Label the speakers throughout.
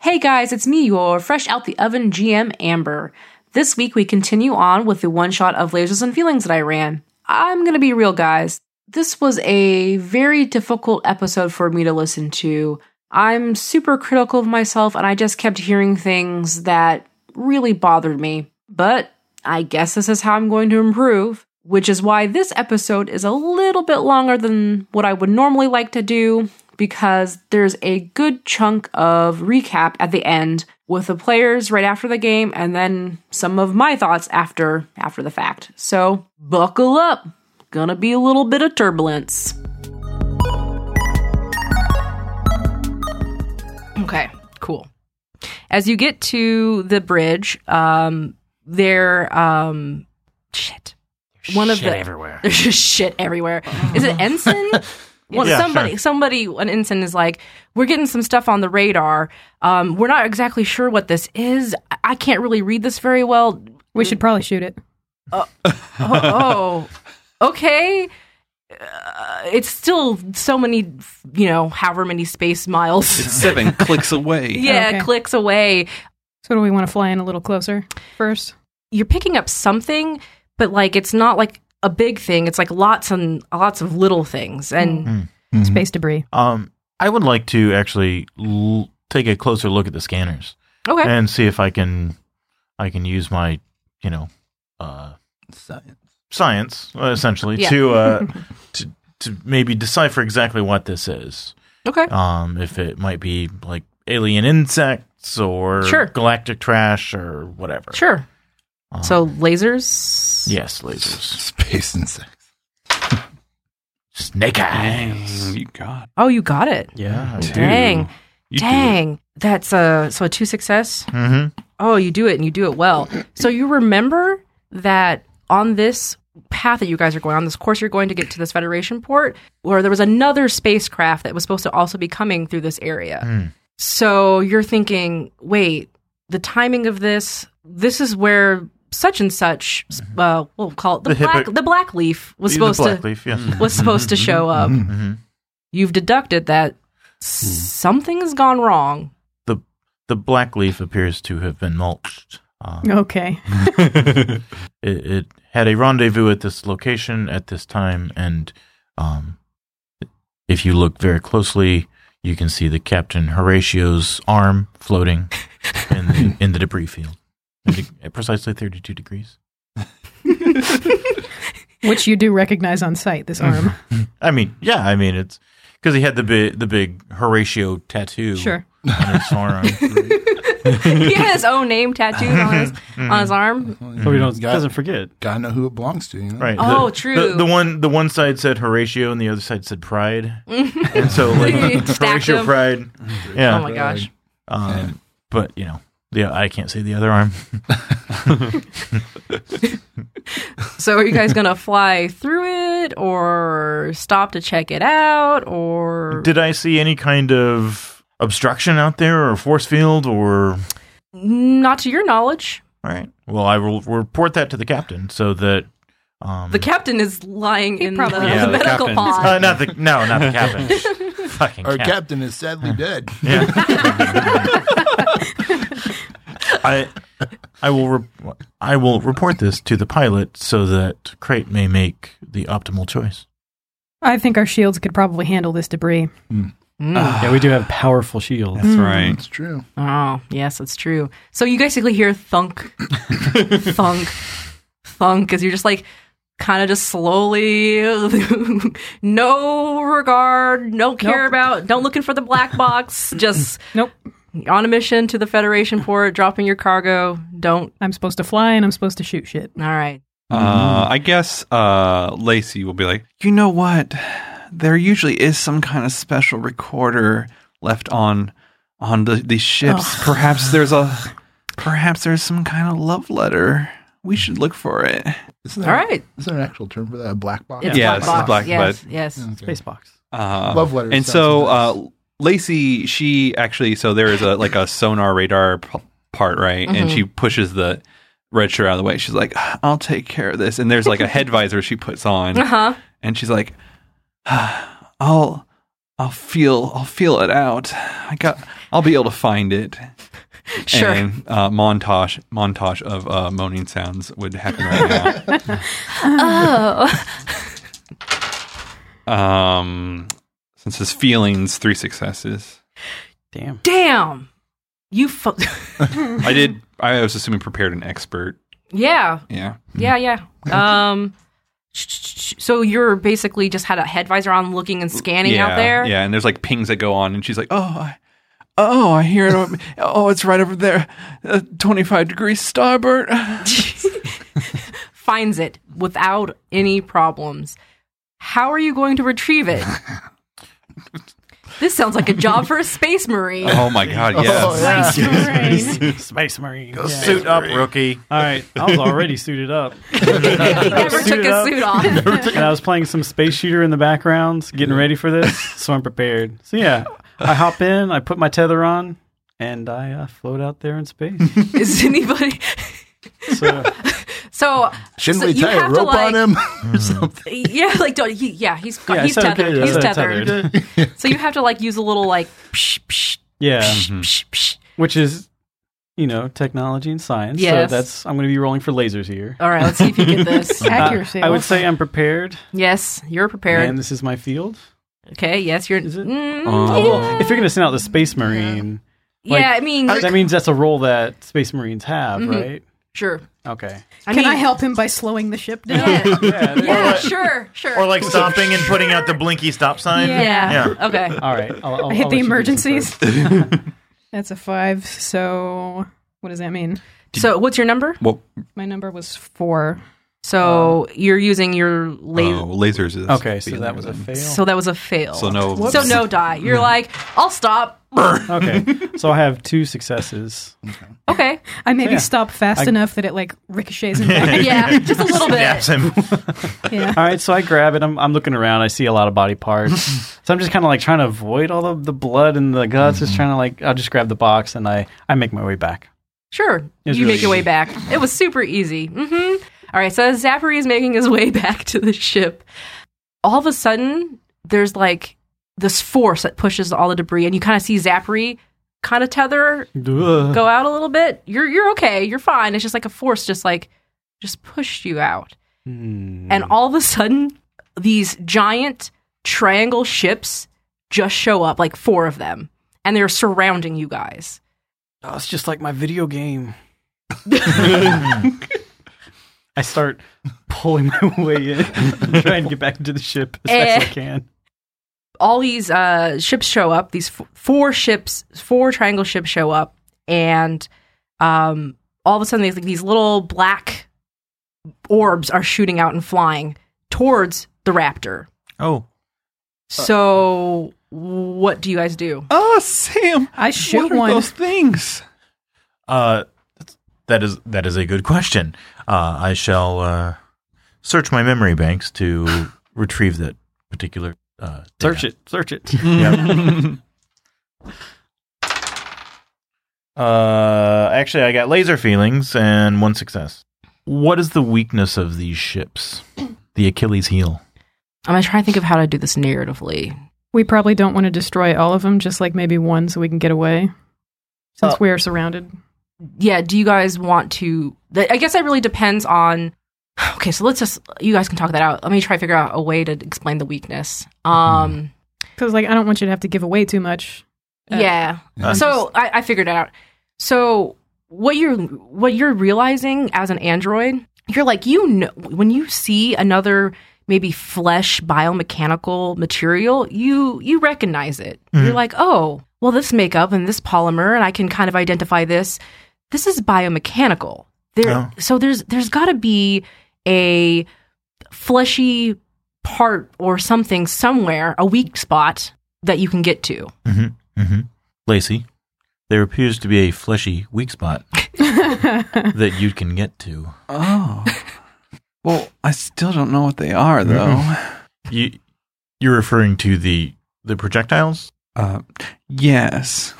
Speaker 1: Hey guys, it's me, your fresh out the oven GM Amber. This week we continue on with the one shot of Lasers and Feelings that I ran. I'm gonna be real, guys. This was a very difficult episode for me to listen to. I'm super critical of myself and I just kept hearing things that really bothered me. But I guess this is how I'm going to improve, which is why this episode is a little bit longer than what I would normally like to do because there's a good chunk of recap at the end with the players right after the game and then some of my thoughts after after the fact. So, buckle up. Gonna be a little bit of turbulence. Okay, cool. As you get to the bridge, um, there, um, shit. One of
Speaker 2: Shit
Speaker 1: the
Speaker 2: everywhere.
Speaker 1: There's just shit everywhere. Is it ensign? Well,
Speaker 2: Yeah,
Speaker 1: somebody,
Speaker 2: sure.
Speaker 1: somebody, an ensign is like, we're getting some stuff on the radar. Um, we're not exactly sure what this is. I- I can't really read this very well.
Speaker 3: We should probably shoot it.
Speaker 1: Oh, oh, okay. Uh, it's still so many, you know, however many space miles.
Speaker 4: Seven clicks away.
Speaker 1: yeah,
Speaker 3: Okay.
Speaker 1: clicks away.
Speaker 3: So do we want to fly in a little closer first?
Speaker 1: you're picking up something, but like it's not like a big thing. It's like lots and lots of little things. And
Speaker 5: Mm-hmm.
Speaker 3: Space debris.
Speaker 2: Um, I would like to actually l- take a closer look at the scanners
Speaker 1: okay,
Speaker 2: Mm-hmm. and see if I can, I can use my, you know, uh,
Speaker 4: Science.
Speaker 2: science uh, essentially
Speaker 1: Yeah.
Speaker 2: to, uh, to to maybe decipher exactly what this is.
Speaker 1: okay,
Speaker 2: Um, if it might be like alien insects or
Speaker 1: Sure.
Speaker 2: galactic trash or whatever.
Speaker 1: sure.
Speaker 4: Uh-huh.
Speaker 2: Um,
Speaker 1: So lasers.
Speaker 2: yes, lasers,
Speaker 4: Space and sex.
Speaker 2: snake eyes.
Speaker 4: You got
Speaker 1: Oh, you got it.
Speaker 2: Yeah.
Speaker 4: two.
Speaker 1: Dang.
Speaker 4: You do it.
Speaker 1: Dang, that's a so a two success.
Speaker 2: Mm-hmm.
Speaker 1: Oh, you do it and you do it well. So you remember that on this path that you guys are going on, this course you're going to get to this Federation port, where there was another spacecraft that was supposed to also be coming through this area.
Speaker 4: Hmm.
Speaker 1: So you're thinking, wait, the timing of this, this is where such and such,
Speaker 4: Mm-hmm.
Speaker 1: uh, we'll call it the,
Speaker 2: The
Speaker 1: black,
Speaker 2: hippo-
Speaker 1: the black leaf was
Speaker 2: The
Speaker 1: supposed
Speaker 2: black
Speaker 1: to
Speaker 2: leaf. Yes.
Speaker 1: was
Speaker 5: Mm-hmm.
Speaker 1: supposed to show up.
Speaker 2: Mhm.
Speaker 1: You've deducted that
Speaker 5: Mm-hmm.
Speaker 1: something has gone wrong.
Speaker 2: the the black leaf appears to have been mulched. Uh,
Speaker 3: Okay.
Speaker 2: it, it had a rendezvous at this location at this time, and um, if you look very closely, you can see the Captain Horatio's arm floating in the, in the debris field at de- at precisely thirty-two degrees.
Speaker 3: Which you do recognize on sight, this arm.
Speaker 2: I mean, yeah, I mean it's because he had the big the big Horatio tattoo
Speaker 3: Sure.
Speaker 2: on his forearm.
Speaker 1: he had his own name tattooed on his
Speaker 2: Mm-hmm.
Speaker 1: on his arm.
Speaker 5: So he don't,
Speaker 4: Got-
Speaker 5: doesn't forget.
Speaker 4: Gotta know who it belongs to, you know?
Speaker 2: Right.
Speaker 1: Oh,
Speaker 2: the,
Speaker 1: true.
Speaker 2: The, the one the one side said Horatio and the other side said Pride, and so like
Speaker 1: Stacked
Speaker 2: Horatio
Speaker 1: them.
Speaker 2: Pride.
Speaker 1: Oh
Speaker 2: Yeah.
Speaker 1: my gosh.
Speaker 2: um, But you know, yeah, I can't see the other arm.
Speaker 1: So are you guys gonna fly through it or stop to check it out or
Speaker 2: Did I see any kind of obstruction out there or force field or? All
Speaker 1: not to your knowledge.
Speaker 2: right. Well, I will report that to the captain so that. Um,
Speaker 1: The captain is lying in the,
Speaker 3: probably-
Speaker 1: the
Speaker 3: Yeah,
Speaker 5: the
Speaker 1: medical
Speaker 5: captain.
Speaker 1: pod.
Speaker 2: uh, not the no, not the captain. Fucking
Speaker 4: Our
Speaker 2: captain.
Speaker 4: captain is sadly dead.
Speaker 2: I I will re- I will report this to the pilot so that Crate may make the optimal choice.
Speaker 3: I think our shields could probably handle this debris.
Speaker 5: Yeah, we do have powerful shields.
Speaker 3: Mm.
Speaker 4: It's true.
Speaker 1: Oh, yes, that's true. So you basically hear thunk, thunk, thunk as you're just like kind of just slowly, no regard, no care
Speaker 3: Nope.
Speaker 1: about, no looking for the black box, just
Speaker 3: Nope.
Speaker 1: on a mission to the Federation port, dropping your cargo. Don't.
Speaker 3: I'm supposed to fly and I'm supposed to shoot shit.
Speaker 1: All right.
Speaker 6: Uh, I guess uh, Lacey will be like, you know what? There usually is some kind of special recorder left on on the, these ships. Perhaps there's a perhaps there's some kind of love letter. We should look for it.
Speaker 4: Isn't
Speaker 1: All
Speaker 4: there,
Speaker 1: right.
Speaker 4: Is there an actual term for that? A black box?
Speaker 1: It's black
Speaker 6: Yeah, it's
Speaker 1: box.
Speaker 6: black,
Speaker 1: yes, yes.
Speaker 4: Okay.
Speaker 5: Space box.
Speaker 6: Uh,
Speaker 4: Love letters
Speaker 6: And
Speaker 4: sounds
Speaker 6: so
Speaker 4: nice.
Speaker 6: uh, Lacey, she actually, so there is a like a sonar radar p- part, right? And she pushes the red shirt out of the way. She's like, "I'll take care of this." And
Speaker 1: Uh-huh.
Speaker 6: there's like a head visor she puts on,
Speaker 1: Uh huh.
Speaker 6: and she's like, "I'll I'll feel I'll feel it out. I got I'll be able to find it.
Speaker 1: Sure.
Speaker 6: And uh, montage montage of uh, moaning sounds would happen right now.
Speaker 1: Oh.
Speaker 6: um, since his feelings three successes.
Speaker 5: Damn.
Speaker 1: Damn. You fu-
Speaker 6: I did. I was assuming prepared an expert.
Speaker 1: Yeah.
Speaker 6: Yeah.
Speaker 1: Yeah, yeah. Um so you're basically just had a head visor on looking and scanning
Speaker 6: yeah,
Speaker 1: out there.
Speaker 6: Yeah, and there's like pings that go on, and she's like, "Oh, I, oh, I hear it. oh, it's right over there, uh, 25 degrees starboard."
Speaker 1: Finds it without any problems. How are you going to retrieve it? this sounds like a job for a space marine.
Speaker 6: oh my god, yes.
Speaker 3: Space Marine.
Speaker 5: Space Marine.
Speaker 4: Go
Speaker 5: Yeah.
Speaker 2: Suit up, rookie.
Speaker 5: All right. I was already suited up.
Speaker 1: he never took
Speaker 5: Suited
Speaker 1: his
Speaker 5: up.
Speaker 1: suit off.
Speaker 5: and I was playing some space shooter in the background, getting ready for this, so I'm prepared. So yeah, I hop in, I put my tether on, and I uh, float out there in space.
Speaker 1: Is anybody
Speaker 5: So
Speaker 1: So
Speaker 4: Shouldn't
Speaker 1: so
Speaker 4: we
Speaker 1: you
Speaker 4: tie a
Speaker 1: have to,
Speaker 4: rope
Speaker 1: like-
Speaker 4: on him or something?
Speaker 1: yeah, like don't he, yeah, he's got,
Speaker 5: yeah,
Speaker 1: he's
Speaker 5: it's okay,
Speaker 1: tethered.
Speaker 5: yeah,
Speaker 1: he's
Speaker 5: it's
Speaker 1: tethered. So you have to like use a little like psh psh
Speaker 5: Yeah,
Speaker 1: psh psh psh.
Speaker 5: which is you know technology and science.
Speaker 1: Yes.
Speaker 5: So that's I'm going to be rolling for lasers here.
Speaker 1: All right, let's see if you get this.
Speaker 5: Uh,
Speaker 3: Accuracy.
Speaker 5: I would say I'm prepared,
Speaker 1: yes, you're prepared.
Speaker 5: and this is my field.
Speaker 1: Okay, yes, you're.
Speaker 5: Is it?
Speaker 1: Mm,
Speaker 6: Oh.
Speaker 1: yeah.
Speaker 5: Well, if you're going to send out the space marine, like-
Speaker 1: yeah, I mean,
Speaker 5: that means that's a role that space marines have,
Speaker 3: Mm-hmm.
Speaker 5: right?
Speaker 1: sure.
Speaker 5: Okay.
Speaker 1: I
Speaker 3: Can
Speaker 1: mean,
Speaker 3: I help him by slowing the ship down?
Speaker 1: Yeah,
Speaker 5: Yeah.
Speaker 1: yeah sure, sure.
Speaker 2: Or like stopping and putting out the blinky stop sign.
Speaker 1: yeah. Okay.
Speaker 5: All right. I'll, I'll,
Speaker 3: I hit the
Speaker 5: I'll let you do this
Speaker 3: emergencies.
Speaker 5: first.
Speaker 3: That's a five. So what does that mean?
Speaker 1: So, what's your number?
Speaker 6: Well, uh,
Speaker 3: My number was four.
Speaker 1: So you're using your laser.
Speaker 6: oh, lasers is
Speaker 5: Okay, so that was a fail.
Speaker 1: So that was a fail.
Speaker 6: So no- Whoops.
Speaker 1: So no die. You're like, I'll stop.
Speaker 5: Okay, so I have two successes.
Speaker 1: Okay.
Speaker 3: I maybe
Speaker 5: Yeah.
Speaker 3: stopped fast
Speaker 5: I-
Speaker 3: enough that it like ricochets and back.
Speaker 1: Yeah, just a little
Speaker 2: Snaps
Speaker 1: bit.
Speaker 2: him.
Speaker 3: yeah.
Speaker 5: All right, so I grab it. I'm, I'm looking around. I see a lot of body parts. so I'm just kind of like trying to avoid all of the blood and the guts. Just trying to like, I'll just grab the box and I, I make my way back.
Speaker 1: Sure.
Speaker 5: It's
Speaker 1: you
Speaker 5: really
Speaker 1: make your way
Speaker 5: easy.
Speaker 1: back. It was super easy. Mm-hmm. All right. So as Zachary is making his way back to the ship, all of a sudden there's like this force that pushes all the debris, and you kind of see Zachary kind of tether go out a little bit. You're you're okay. You're fine. It's just like a force, just like just pushed you out,
Speaker 5: Hmm.
Speaker 1: and all of a sudden these giant triangle ships just show up, like four of them, and they're surrounding you guys.
Speaker 5: Oh, it's just like my video game. I start pulling my way in, trying to get back into the ship as fast as
Speaker 1: Eh.
Speaker 5: I can.
Speaker 1: all these uh, ships show up. These f- four ships, four triangle ships show up, and um, all of a sudden, these like these little black orbs are shooting out and flying towards the raptor.
Speaker 2: Oh,
Speaker 1: So, what do you guys do?
Speaker 6: Oh, Sam,
Speaker 3: I shoot
Speaker 6: what are
Speaker 3: one.
Speaker 6: those things?
Speaker 2: Uh, that is that is a good question. Uh, I shall uh, search my memory banks to retrieve that particular. Uh,
Speaker 5: Search
Speaker 2: data.
Speaker 5: it, search it.
Speaker 2: Uh, actually, I got laser feelings and one success. What is the weakness of these ships? The Achilles heel.
Speaker 1: I'm gonna try to think of how to do this narratively.
Speaker 3: We probably don't want to destroy all of them, just like maybe one so we can get away since
Speaker 1: Oh.
Speaker 5: Uh,
Speaker 3: we are surrounded.
Speaker 1: yeah, do you guys want to? th- I guess that really depends on. Okay, so let's just you guys can talk that out. Let me try to figure out a way to explain the weakness. Um,
Speaker 3: Because like I don't want you to have to give away too much. Uh,
Speaker 1: yeah.
Speaker 4: Yeah.
Speaker 1: So I, I figured it out. So what you're what you're realizing as an android, you're like you know when you see another maybe flesh biomechanical material, you you recognize it. You're like, oh, well, this makeup and this polymer, and I can kind of identify this. This is biomechanical. There,
Speaker 2: Oh.
Speaker 1: so there's there's got to be a fleshy part or something somewhere, a weak spot that you can get to.
Speaker 2: Mm-hmm. Mm-hmm. Lacey, there appears to be a fleshy weak spot that you can get to.
Speaker 6: Oh. Well, I still don't know what they are, though.
Speaker 2: You, you're referring to the the projectiles.
Speaker 6: Uh, yes.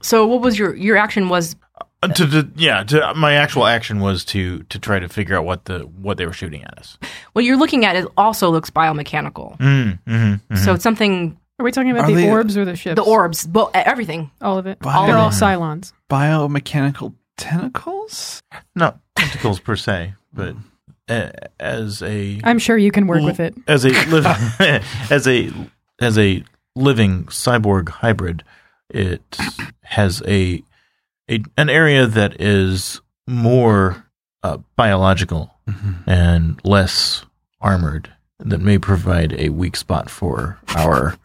Speaker 1: So what was your your action was
Speaker 2: Uh, to, to yeah, to, uh, my actual action was to to try to figure out what the what they were shooting at us.
Speaker 1: what you're looking at is also looks biomechanical.
Speaker 2: Mm, mm-hmm,
Speaker 1: So it's something
Speaker 3: Are we talking about
Speaker 6: Are
Speaker 3: the
Speaker 6: they-
Speaker 3: orbs or the ships?
Speaker 1: The orbs, bo- everything.
Speaker 3: All of it.
Speaker 6: Bio-
Speaker 3: They're all Cylons.
Speaker 6: Biomechanical tentacles?
Speaker 2: Not tentacles per se, but a, as a
Speaker 3: I'm sure you can work with it.
Speaker 2: as a living as a as a living cyborg hybrid, it has a, a an area that is more uh, biological and less armored that may provide a weak spot for our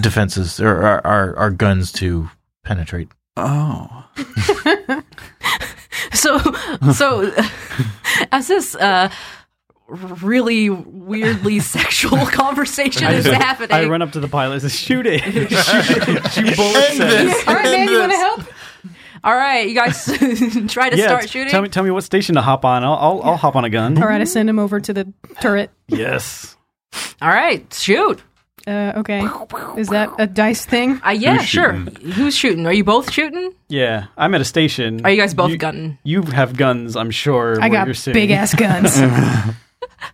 Speaker 2: defenses or our, our, our guns to penetrate.
Speaker 6: Oh.
Speaker 1: So, so as this uh, really weirdly sexual conversation is happening,
Speaker 5: I run up to the pilot and say, shoot it. shoot it. Shoot bullets at it.
Speaker 1: All right, man, you want to help? All right, you guys try to
Speaker 5: Yeah,
Speaker 1: start
Speaker 5: t-
Speaker 1: shooting.
Speaker 5: Tell me, tell me what station to hop on. I'll, I'll, I'll hop on a gun.
Speaker 3: All right, I send him over to the turret.
Speaker 5: Yes.
Speaker 1: All right, shoot.
Speaker 3: Uh, okay. Is that a dice thing?
Speaker 1: Uh, yeah,
Speaker 6: Who's
Speaker 1: sure. Who's shooting? Are you both shooting?
Speaker 5: Yeah. I'm at a station.
Speaker 1: Are you guys both gunning?
Speaker 5: You have guns, I'm sure.
Speaker 3: I
Speaker 5: where
Speaker 3: got
Speaker 5: you're sitting.
Speaker 3: big ass guns.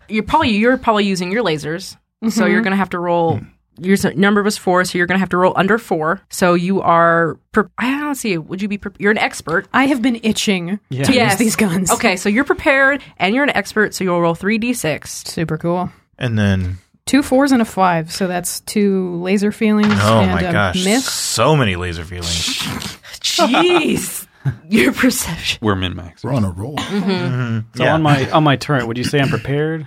Speaker 1: You're probably you're probably using your lasers, so you're gonna have to
Speaker 5: Hmm.
Speaker 1: roll. Your s- number was four, so you're gonna have to roll under four. So you are. Pre- I don't see. Would you be? Pre- you're an expert.
Speaker 3: I have been itching to
Speaker 1: Yes.
Speaker 3: use these guns.
Speaker 1: Okay, so you're prepared and you're an expert, so you'll roll three d six.
Speaker 3: Super cool.
Speaker 2: And then
Speaker 3: Two fours and a five, so that's two laser feelings
Speaker 2: oh
Speaker 3: and
Speaker 2: my
Speaker 3: a
Speaker 2: gosh,
Speaker 3: miss.
Speaker 2: so many laser feelings.
Speaker 1: Jeez, your perception.
Speaker 6: We're min max.
Speaker 4: We're on a roll.
Speaker 1: Mm-hmm.
Speaker 5: So on my on my turn, would you say I'm prepared?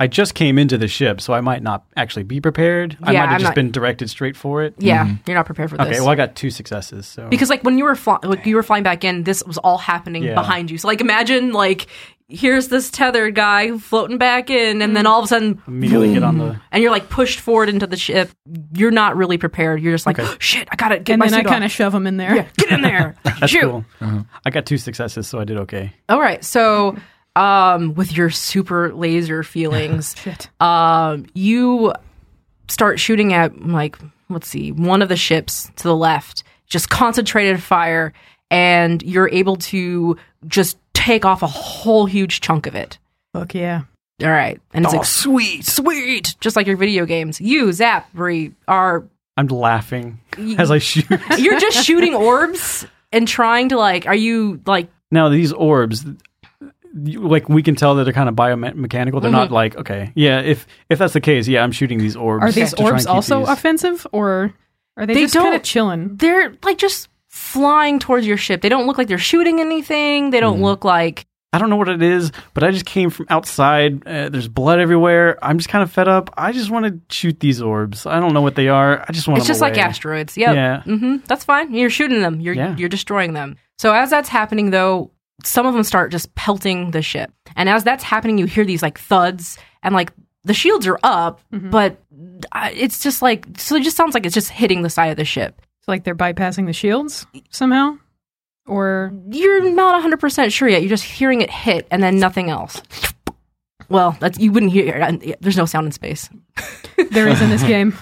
Speaker 5: I just came into the ship, so I might not actually be prepared. I
Speaker 1: Yeah,
Speaker 5: might have
Speaker 1: I'm
Speaker 5: just
Speaker 1: not-
Speaker 5: been directed straight for it.
Speaker 1: Yeah, you're not prepared for this.
Speaker 5: Hmm. Okay, well I got two successes, so
Speaker 1: because like when you were fly- like, you were flying back in, this was all happening
Speaker 5: Yeah.
Speaker 1: behind you. So like imagine like here's this tethered guy floating back in, and then all of a sudden,
Speaker 5: immediately get on the
Speaker 1: and you're like pushed forward into the ship. You're not really prepared. You're just like shit. I gotta get
Speaker 3: And
Speaker 1: my
Speaker 3: then I
Speaker 1: suit
Speaker 3: kind
Speaker 1: on.
Speaker 3: of shove them in there.
Speaker 1: yeah, get in there.
Speaker 5: That's
Speaker 1: Shoot.
Speaker 5: cool. I got two successes, so I did okay.
Speaker 1: All right, so um, with your super laser feelings,
Speaker 3: Shit.
Speaker 1: um, you start shooting at like let's see one of the ships to the left just concentrated fire and you're able to just take off a whole huge chunk of it
Speaker 3: Fuck yeah.
Speaker 1: all right and it's like sweet sweet just like your video games you zap Bree, are
Speaker 5: I'm laughing as I shoot.
Speaker 1: you're just shooting orbs and trying to like are you like
Speaker 5: now these orbs you- like we can tell that they're kind of biomechanical.
Speaker 1: Mm-hmm.
Speaker 5: They're not like okay, yeah. If if that's the case, yeah, I'm shooting these orbs.
Speaker 3: Are these
Speaker 5: to try and
Speaker 3: orbs
Speaker 5: keep
Speaker 3: also
Speaker 5: these-
Speaker 3: offensive, or are they,
Speaker 1: They
Speaker 3: just kind
Speaker 1: don't-
Speaker 3: of chilling?
Speaker 1: they're like just flying towards your ship they don't look like they're shooting anything they
Speaker 5: Mm-hmm.
Speaker 1: don't look like
Speaker 5: I don't know what it is, but I just came from outside. Uh, there's blood everywhere. I'm just kind of fed up. I just want to shoot these orbs. I don't know what they are. I just want.
Speaker 1: It's just like asteroids. Yep.
Speaker 5: Yeah.
Speaker 1: hmm That's fine. You're shooting them. You're
Speaker 5: Yeah.
Speaker 1: you're destroying them. So as that's happening, though, some of them start just pelting the ship, and as that's happening, you hear these like thuds, and like the shields are up, but uh, it's just like so. It just sounds like it's just hitting the side of the ship.
Speaker 3: So, like they're bypassing the shields somehow, or
Speaker 1: You're not 100 percent sure yet. You're just hearing it hit, and then nothing else. Well, that's, you wouldn't hear. it. There's no sound in space.
Speaker 3: there is in this game,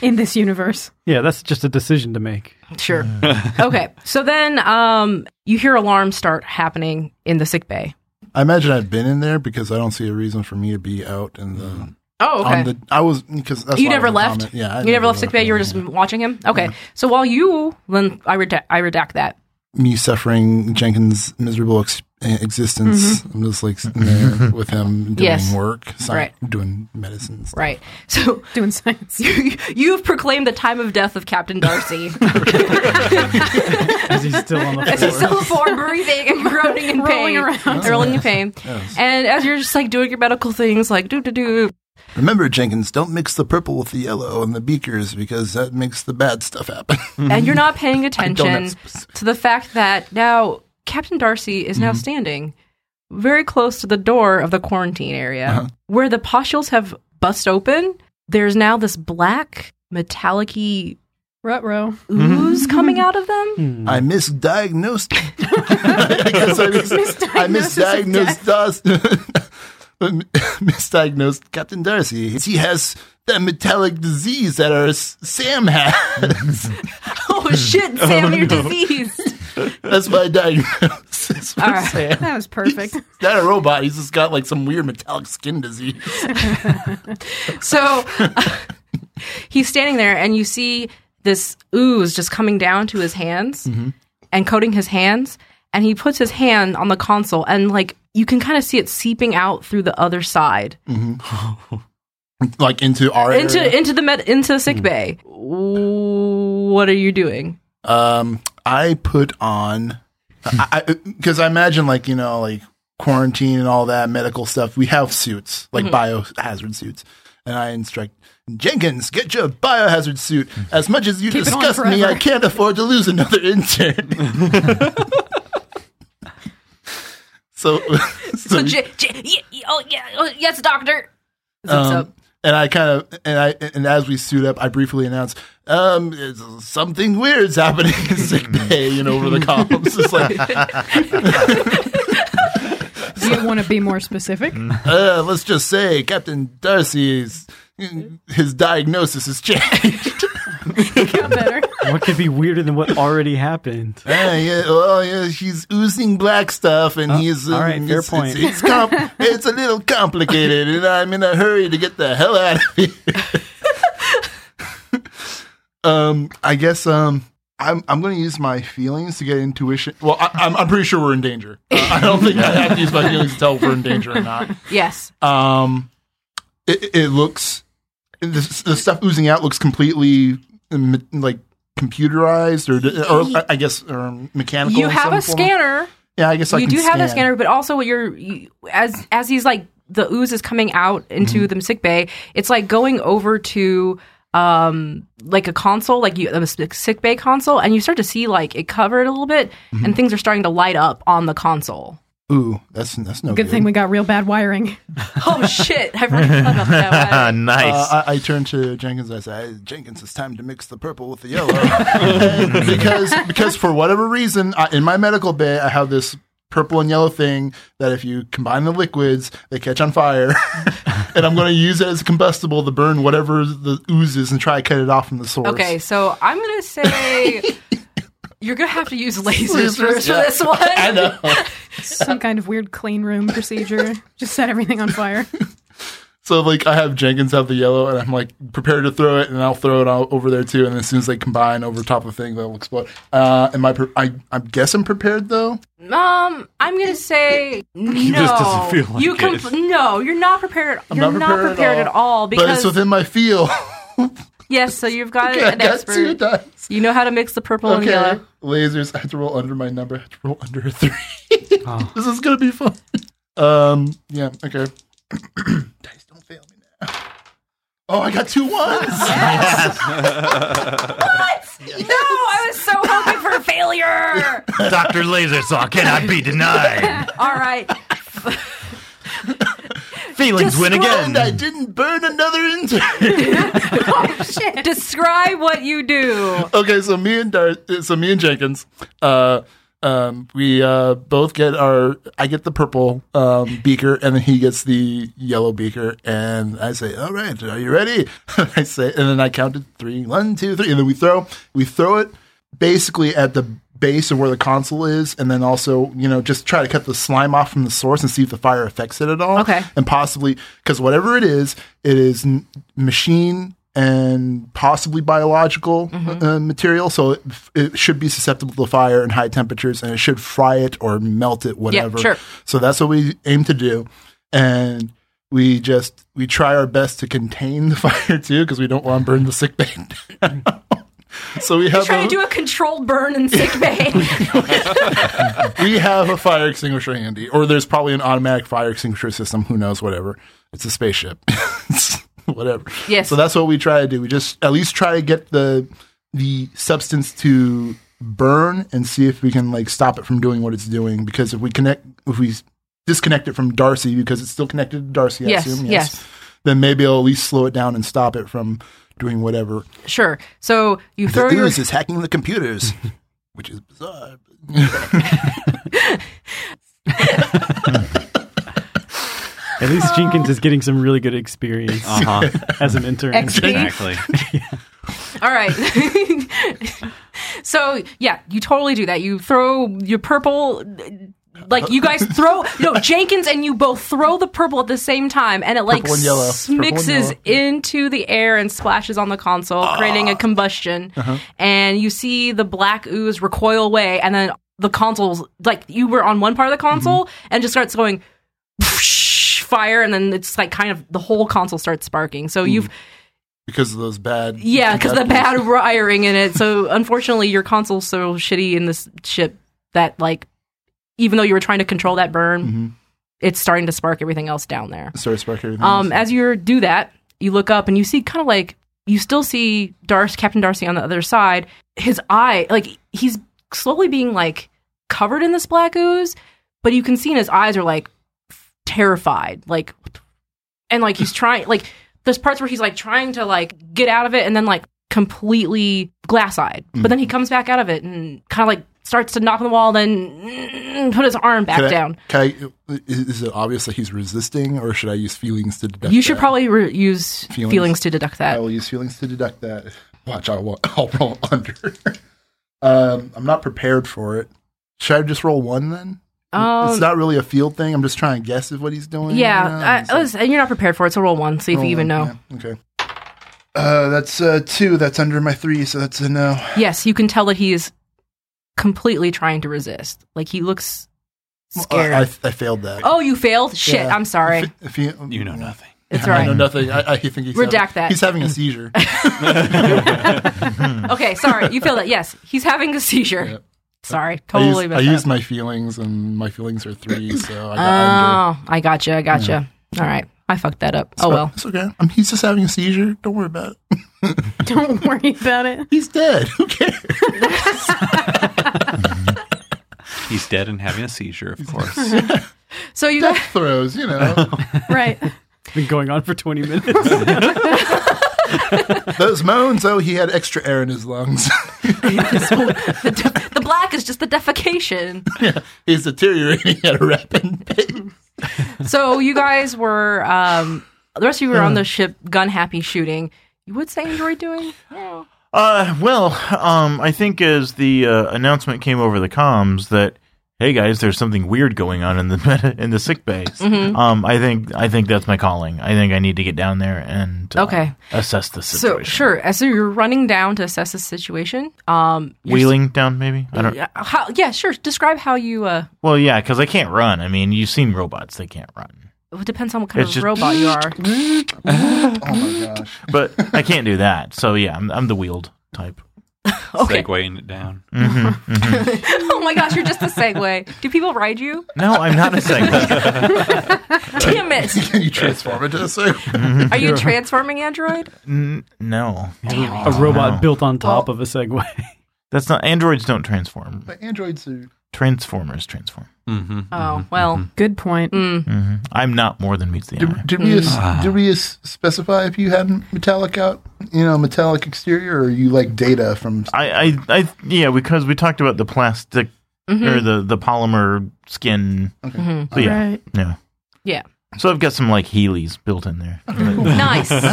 Speaker 3: in this universe.
Speaker 5: Yeah, that's just a decision to make.
Speaker 1: Sure. okay. So then um, you hear alarms start happening in the sick bay.
Speaker 4: I imagine I've been in there because I don't see a reason for me to be out in the.
Speaker 1: Oh, okay.
Speaker 4: On the, I was because that's
Speaker 1: you
Speaker 4: why I
Speaker 1: never
Speaker 4: was
Speaker 1: left.
Speaker 4: comment- Yeah, I
Speaker 1: you never left sick bay. You were just watching him. Okay. So while you, then I redact, I redact that.
Speaker 4: me suffering Jenkins' miserable ex- existence. I'm just like sitting there with him doing
Speaker 1: Mm-hmm. Yes.
Speaker 4: work, sci-
Speaker 1: Right.
Speaker 4: doing medicine. and stuff.
Speaker 1: Right. So
Speaker 3: Doing science.
Speaker 1: you, you've proclaimed the time of death of Captain Darcy.
Speaker 5: Is he still on the
Speaker 1: as he's
Speaker 5: floor?
Speaker 1: still form breathing and groaning in
Speaker 3: Rolling
Speaker 1: pain,
Speaker 3: around.
Speaker 1: And rolling in pain. And as you're just like doing your medical things, like do do do.
Speaker 4: Remember, Jenkins, don't mix the purple with the yellow and the beakers because that makes the bad stuff happen.
Speaker 1: and you're not paying attention
Speaker 4: have specific-
Speaker 1: to the fact that now Captain Darcy is now standing very close to the door of the quarantine area where the postules have bust open. There's now this black metallic y
Speaker 3: Rut row.
Speaker 1: ooze coming out of them.
Speaker 4: I misdiagnosed because I, mis- I
Speaker 3: Misdiagnosis
Speaker 4: misdiagnosed Darcy. misdiagnosed Captain Darcy. He has that metallic disease that our S- Sam has.
Speaker 1: Oh shit, Sam, you're diseased.
Speaker 4: That's my diagnosis for
Speaker 1: All right.
Speaker 4: Sam.
Speaker 3: That was perfect.
Speaker 4: He's not a robot. He's just got like some weird metallic skin disease.
Speaker 1: So he's standing there and you see this ooze just coming down to his hands
Speaker 4: Mm-hmm.
Speaker 1: and coating his hands and he puts his hand on the console and like you can kind of see it seeping out through the other side
Speaker 4: like into our area. Mm.
Speaker 1: into into the med- into the sick bay what are you doing
Speaker 4: um i put on i because I, 'cause I imagine like you know like quarantine and all that medical stuff we have suits
Speaker 3: Mm-hmm.
Speaker 4: like biohazard suits and i instruct jenkins get your biohazard suit as much as you
Speaker 3: Keep it on
Speaker 4: disgust me i
Speaker 3: forever."
Speaker 4: can't afford to lose another intern so
Speaker 1: so J- J- yeah, yeah, oh yeah oh, yes doctor zips up
Speaker 4: um, and I kind of and I and as we suit up, I briefly announce, um, it's- something weird's happening in sick
Speaker 3: Mm.
Speaker 4: bay and over the comms. It's like,
Speaker 3: Do you want to be more specific?
Speaker 4: uh, let's just say Captain Darcy's his diagnosis has changed.
Speaker 3: Got better.
Speaker 5: What could be weirder than what already happened?
Speaker 4: uh, yeah, well, yeah, he's oozing black stuff, and he's
Speaker 5: Oh,
Speaker 4: um,
Speaker 5: all right, fair
Speaker 4: it's,
Speaker 5: point.
Speaker 4: It's, it's, com- it's a little complicated, and I'm in a hurry to get the hell out of here. um, I guess um, I'm I'm going to use my feelings to get intuition. Well, I, I'm I'm pretty sure we're in danger. Uh, I don't think I have to use my feelings to tell if we're in danger or not.
Speaker 1: yes
Speaker 4: Um, it, it looks the, the stuff oozing out looks completely um, like computerized or or I guess or mechanical.
Speaker 1: you
Speaker 4: in
Speaker 1: have
Speaker 4: some
Speaker 1: a
Speaker 4: form.
Speaker 1: scanner
Speaker 4: Yeah, I guess I
Speaker 1: you
Speaker 4: can
Speaker 1: do have a
Speaker 4: scan.
Speaker 1: scanner, but also what you're you, as as he's like the ooze is coming out into
Speaker 4: Mm-hmm.
Speaker 1: the sick bay. It's like going over to um like a console, like you a sick bay console, and you start to see like it covered a little bit,
Speaker 4: Mm-hmm.
Speaker 1: and things are starting to light up on the console.
Speaker 4: Ooh, that's that's no good,
Speaker 3: Good thing we got real bad wiring.
Speaker 1: Oh shit! I forgot about that. One.
Speaker 4: Uh,
Speaker 2: nice.
Speaker 4: I, I turned to Jenkins. I said, "Jenkins, it's time to mix the purple with the yellow," And because because for whatever reason, I, in my medical bay, I have this purple and yellow thing that if you combine the liquids, they catch on fire. and I'm going to use it as combustible to burn whatever the ooze is and try to cut it off from the source.
Speaker 1: Okay, so I'm gonna say. You're gonna have to use lasers,
Speaker 4: Lasers,
Speaker 1: first for
Speaker 4: yeah.
Speaker 1: this one.
Speaker 4: I know.
Speaker 3: Some kind of weird clean room procedure. Just set everything on fire.
Speaker 4: So like I have Jenkins have the yellow, and I'm like prepared to throw it, and I'll throw it all over there too. And as soon as they combine over top of the thing, they'll explode. Uh, am I? Pre- I I guess I'm prepared though.
Speaker 1: Um, I'm gonna say no.
Speaker 6: doesn't feel like
Speaker 1: you
Speaker 6: it.
Speaker 1: no, you're not prepared.
Speaker 4: I'm
Speaker 1: you're not prepared, at, all, because
Speaker 4: but it's within my field.
Speaker 1: yes, so you've got
Speaker 4: Okay, I
Speaker 1: an
Speaker 4: got two
Speaker 1: expert.
Speaker 4: dice.
Speaker 1: You know how to mix the purple and
Speaker 4: Okay,
Speaker 1: yellow.
Speaker 4: lasers. I have to roll under my number. I have to roll under a three. This is gonna be fun. Um, yeah. Okay. dice don't fail me now. Oh, I got two ones.
Speaker 1: No, I was so hoping for failure.
Speaker 2: Dr. Lasersaw cannot be denied.
Speaker 1: All right,
Speaker 2: Feelings win
Speaker 4: and I
Speaker 2: again.
Speaker 4: didn't burn another intern.
Speaker 1: Oh, describe what you do.
Speaker 4: okay, so me and Dar- so me and Jenkins, uh, um, we uh, both get our. I get the purple um, beaker, and then he gets the yellow beaker. And I say, "All right, are you ready?" I say, and then I counted three, one, two, three, and then we throw. We throw it basically at the base of where the console is, and then also, you know, just try to cut the slime off from the source and see if the fire affects it at all.
Speaker 1: Okay.
Speaker 4: And possibly, because whatever it is, it is n- machine and possibly biological
Speaker 1: Mm-hmm.
Speaker 4: uh, material. So it, it should be susceptible to fire and high temperatures, and it should fry it or melt it, whatever.
Speaker 1: sure.
Speaker 4: So that's what we aim to do. And we just we try our best to contain the fire too because we don't want to burn the sick bay down. so we have
Speaker 1: Trying
Speaker 4: a-
Speaker 1: to do a controlled burn in sick bay.
Speaker 4: we have a fire extinguisher handy, or there's probably an automatic fire extinguisher system. Who knows? Whatever. It's a spaceship. It's whatever.
Speaker 1: Yes.
Speaker 4: So that's what we try to do. We just at least try to get the the substance to burn and see if we can like stop it from doing what it's doing. Because if we connect, if we disconnect it from Darcy, because it's still connected to Darcy, I
Speaker 1: Yes,
Speaker 4: assume.
Speaker 1: yes.
Speaker 4: Then maybe it'll at least slow it down and stop it from doing whatever.
Speaker 1: sure. So you throw your
Speaker 4: is hacking the computers, which is bizarre.
Speaker 5: At least Jenkins is getting some really good experience
Speaker 6: Uh-huh.
Speaker 5: as an intern.
Speaker 1: XP.
Speaker 6: Exactly.
Speaker 1: All right. so yeah, you totally do that. You throw your purple Like you guys throw no Jenkins and you both throw the purple at the same time, and it like
Speaker 4: Purple and yellow.
Speaker 1: s-
Speaker 4: Purple and
Speaker 1: mixes
Speaker 4: yellow.
Speaker 1: into the air and splashes on the console, creating a combustion.
Speaker 4: Uh-huh.
Speaker 1: And you see the black ooze recoil away, and then the console's like you were on one part of the console
Speaker 4: Mm-hmm.
Speaker 1: and just starts going whoosh, fire, and then it's like kind of the whole console starts sparking. So you've
Speaker 4: because of those bad.
Speaker 1: yeah, because the
Speaker 4: bad
Speaker 1: bad wiring in it. So unfortunately, your console's so shitty in this ship that like, even though you were trying to control that burn, it's starting to spark everything else down there.
Speaker 4: Sorry, spark everything.
Speaker 1: Um,
Speaker 4: else.
Speaker 1: as you do that, you look up and you see kind of like you still see Darcy, Captain Darcy on the other side. His eye, like he's slowly being like covered in this black ooze, but you can see in his eyes are like terrified, like, and like he's trying, like there's parts where he's like trying to like get out of it, and then like completely glass-eyed. But
Speaker 4: Mm-hmm.
Speaker 1: then he comes back out of it and kind of like starts to knock on the wall, then put his arm back
Speaker 4: Can I-
Speaker 1: down.
Speaker 4: Can I, is it obvious that he's resisting, or should I use feelings to deduct?
Speaker 1: You should
Speaker 4: that?
Speaker 1: probably re- use
Speaker 4: Feelings.
Speaker 1: feelings. to deduct that.
Speaker 4: I will use feelings to deduct that. Watch, I'll, wa- I'll roll under. um, I'm not prepared for it. Should I just roll one then? it's
Speaker 1: Um,
Speaker 4: not really a field thing. I'm just trying to guess at what he's doing. you know?
Speaker 1: Yeah,
Speaker 4: It's
Speaker 1: uh,
Speaker 4: like,
Speaker 1: listen, and you're not prepared for it, so roll one, see if
Speaker 4: roll
Speaker 1: you even
Speaker 4: one,
Speaker 1: know.
Speaker 4: yeah, Okay. Uh, that's uh, two. That's under my three, so that's a no.
Speaker 1: Yes, you can tell that he is completely trying to resist. Like he looks scared.
Speaker 4: I, I, I failed that.
Speaker 1: oh, you failed? Shit,
Speaker 4: Yeah.
Speaker 1: I'm sorry.
Speaker 4: If- if he-
Speaker 6: You know nothing.
Speaker 1: It's
Speaker 4: Yeah, I know
Speaker 1: alright.
Speaker 4: nothing. I, I think he's
Speaker 1: Redact
Speaker 4: having-
Speaker 1: that.
Speaker 4: He's having a seizure.
Speaker 1: Okay, sorry. You feel that? Yes, he's having a seizure.
Speaker 4: Yeah.
Speaker 1: Sorry,
Speaker 4: I
Speaker 1: totally.
Speaker 4: used, I
Speaker 1: messed up.
Speaker 4: used my feelings, and my feelings are three, so I got under.
Speaker 1: Oh, I gotcha. I gotcha. All right, I fucked that up. Oh well.
Speaker 4: It's okay. Um, he's just having a seizure. Don't worry about it.
Speaker 3: Don't worry about it.
Speaker 4: He's dead. Who cares?
Speaker 6: He's dead and having a seizure, of course.
Speaker 1: So you guys,
Speaker 4: Death throws, you know.
Speaker 3: Right.
Speaker 5: It's been going on for 20 minutes.
Speaker 4: Those moans, oh, he had extra air in his lungs.
Speaker 1: the, de- the black is just the defecation.
Speaker 4: he's deteriorating at a rapid pace.
Speaker 1: So you guys were, um, the rest of you were on the ship, gun happy shooting. You would say enjoy doing? Yeah.
Speaker 2: Uh, well, um, I think as the uh, announcement came over the comms that hey guys, there's something weird going on in the meta, in the sick bay.
Speaker 1: Mm-hmm.
Speaker 2: Um, I think I think that's my calling. I think I need to get down there and uh,
Speaker 1: Okay.
Speaker 2: assess the
Speaker 1: So
Speaker 2: situation.
Speaker 1: sure, as so you're running down to assess the situation. Um, you're-
Speaker 2: wheeling down maybe. I don't.
Speaker 1: Yeah, how, yeah, sure. Describe how you. Uh,
Speaker 2: Well, yeah, because I can't run. I mean, you've seen robots; they can't run.
Speaker 1: it depends on what kind
Speaker 2: It's
Speaker 1: of
Speaker 2: just-
Speaker 1: robot you are.
Speaker 4: Oh my gosh.
Speaker 2: But I can't do that. So yeah, I'm I'm the wheeled type.
Speaker 1: Okay.
Speaker 6: Segwaying it down.
Speaker 1: oh my gosh, you're just a Segway. Do people ride you?
Speaker 2: No, I'm not a Segway.
Speaker 1: Damn it!
Speaker 4: Can you transform it to a circle?
Speaker 1: Are you a transforming android?
Speaker 2: N- no,
Speaker 5: a robot built on top of a Segway.
Speaker 2: that's not. Androids don't transform.
Speaker 4: But androids are.
Speaker 2: Transformers transform.
Speaker 6: Mm-hmm.
Speaker 1: Oh well.
Speaker 3: Good point.
Speaker 2: I'm not more than meets the eye.
Speaker 4: Did, did we as, did we as specify if you had metallic out, you know, metallic exterior, or are you like data from?
Speaker 2: I, I, I, yeah, because we talked about the plastic or the the polymer skin.
Speaker 4: Okay.
Speaker 2: So yeah,
Speaker 3: Right.
Speaker 2: yeah.
Speaker 1: Yeah.
Speaker 2: So I've got some like Heelys built in there.
Speaker 1: Nice.
Speaker 4: Nice.
Speaker 1: I-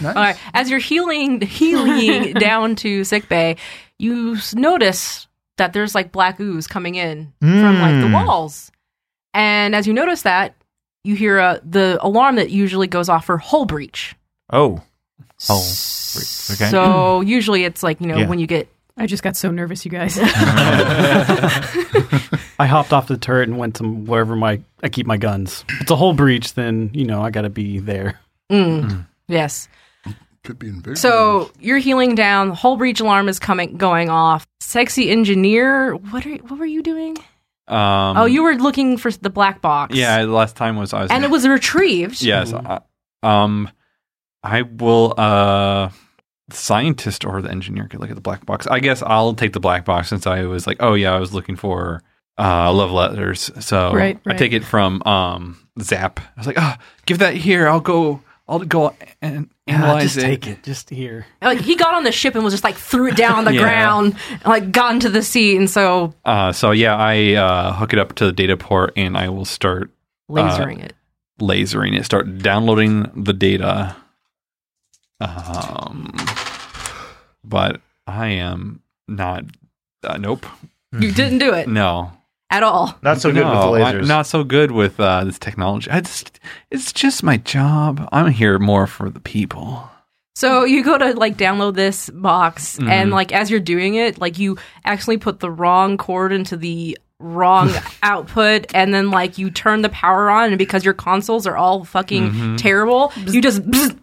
Speaker 4: nice.
Speaker 1: All right. As you're healing, healing down to sick bay, you s- notice that there's like black ooze coming in from like the
Speaker 2: Mm.
Speaker 1: walls, and as you notice that, you hear uh, the alarm that usually goes off for hull breach.
Speaker 2: oh, hull breach. Okay.
Speaker 1: So usually it's like you know
Speaker 2: Yeah.
Speaker 1: when you get
Speaker 3: I just got so nervous, you guys.
Speaker 5: I hopped off the turret and went to wherever my I keep my guns. If it's a whole breach, then you know I got to be there.
Speaker 1: mm,
Speaker 2: Hmm.
Speaker 1: yes.
Speaker 4: Could be in big
Speaker 1: So you're healing down. The hull breach alarm is coming going off. Sexy engineer, what are what were you doing?
Speaker 6: Um,
Speaker 1: oh, you were looking for the black box.
Speaker 6: Yeah, the last time was I was.
Speaker 1: And it was retrieved.
Speaker 6: Yes. I, um, I will. Uh, the scientist or the engineer could look at the black box. I guess I'll take the black box since I was like, oh yeah, I was looking for uh love letters. So
Speaker 3: Right,
Speaker 6: I
Speaker 3: right.
Speaker 6: take it from um Zap. I was like, ah, give that here. I'll go. I'll go and analyze
Speaker 1: Ah,
Speaker 5: just
Speaker 6: it.
Speaker 5: take it, just here.
Speaker 1: Like he got on the ship and was just like threw it down on the
Speaker 6: Yeah.
Speaker 1: ground, and, like got into the sea, and so
Speaker 6: Uh, so yeah, I uh, hook it up to the data port and I will start Uh,
Speaker 1: lasering it.
Speaker 6: lasering it, start downloading the data. Um, but I am not. Uh, nope.
Speaker 1: You didn't do it.
Speaker 6: No.
Speaker 1: at all.
Speaker 7: Not so good with the
Speaker 6: No, I-
Speaker 7: lasers.
Speaker 6: not so good with uh, this technology. I just, it's just my job. I'm here more for the people.
Speaker 1: So you go to like download this box,
Speaker 6: Mm-hmm.
Speaker 1: and like as you're doing it, like you actually put the wrong cord into the wrong output, and then like you turn the power on, and because your consoles are all fucking
Speaker 6: Mm-hmm.
Speaker 1: terrible, you just bzz,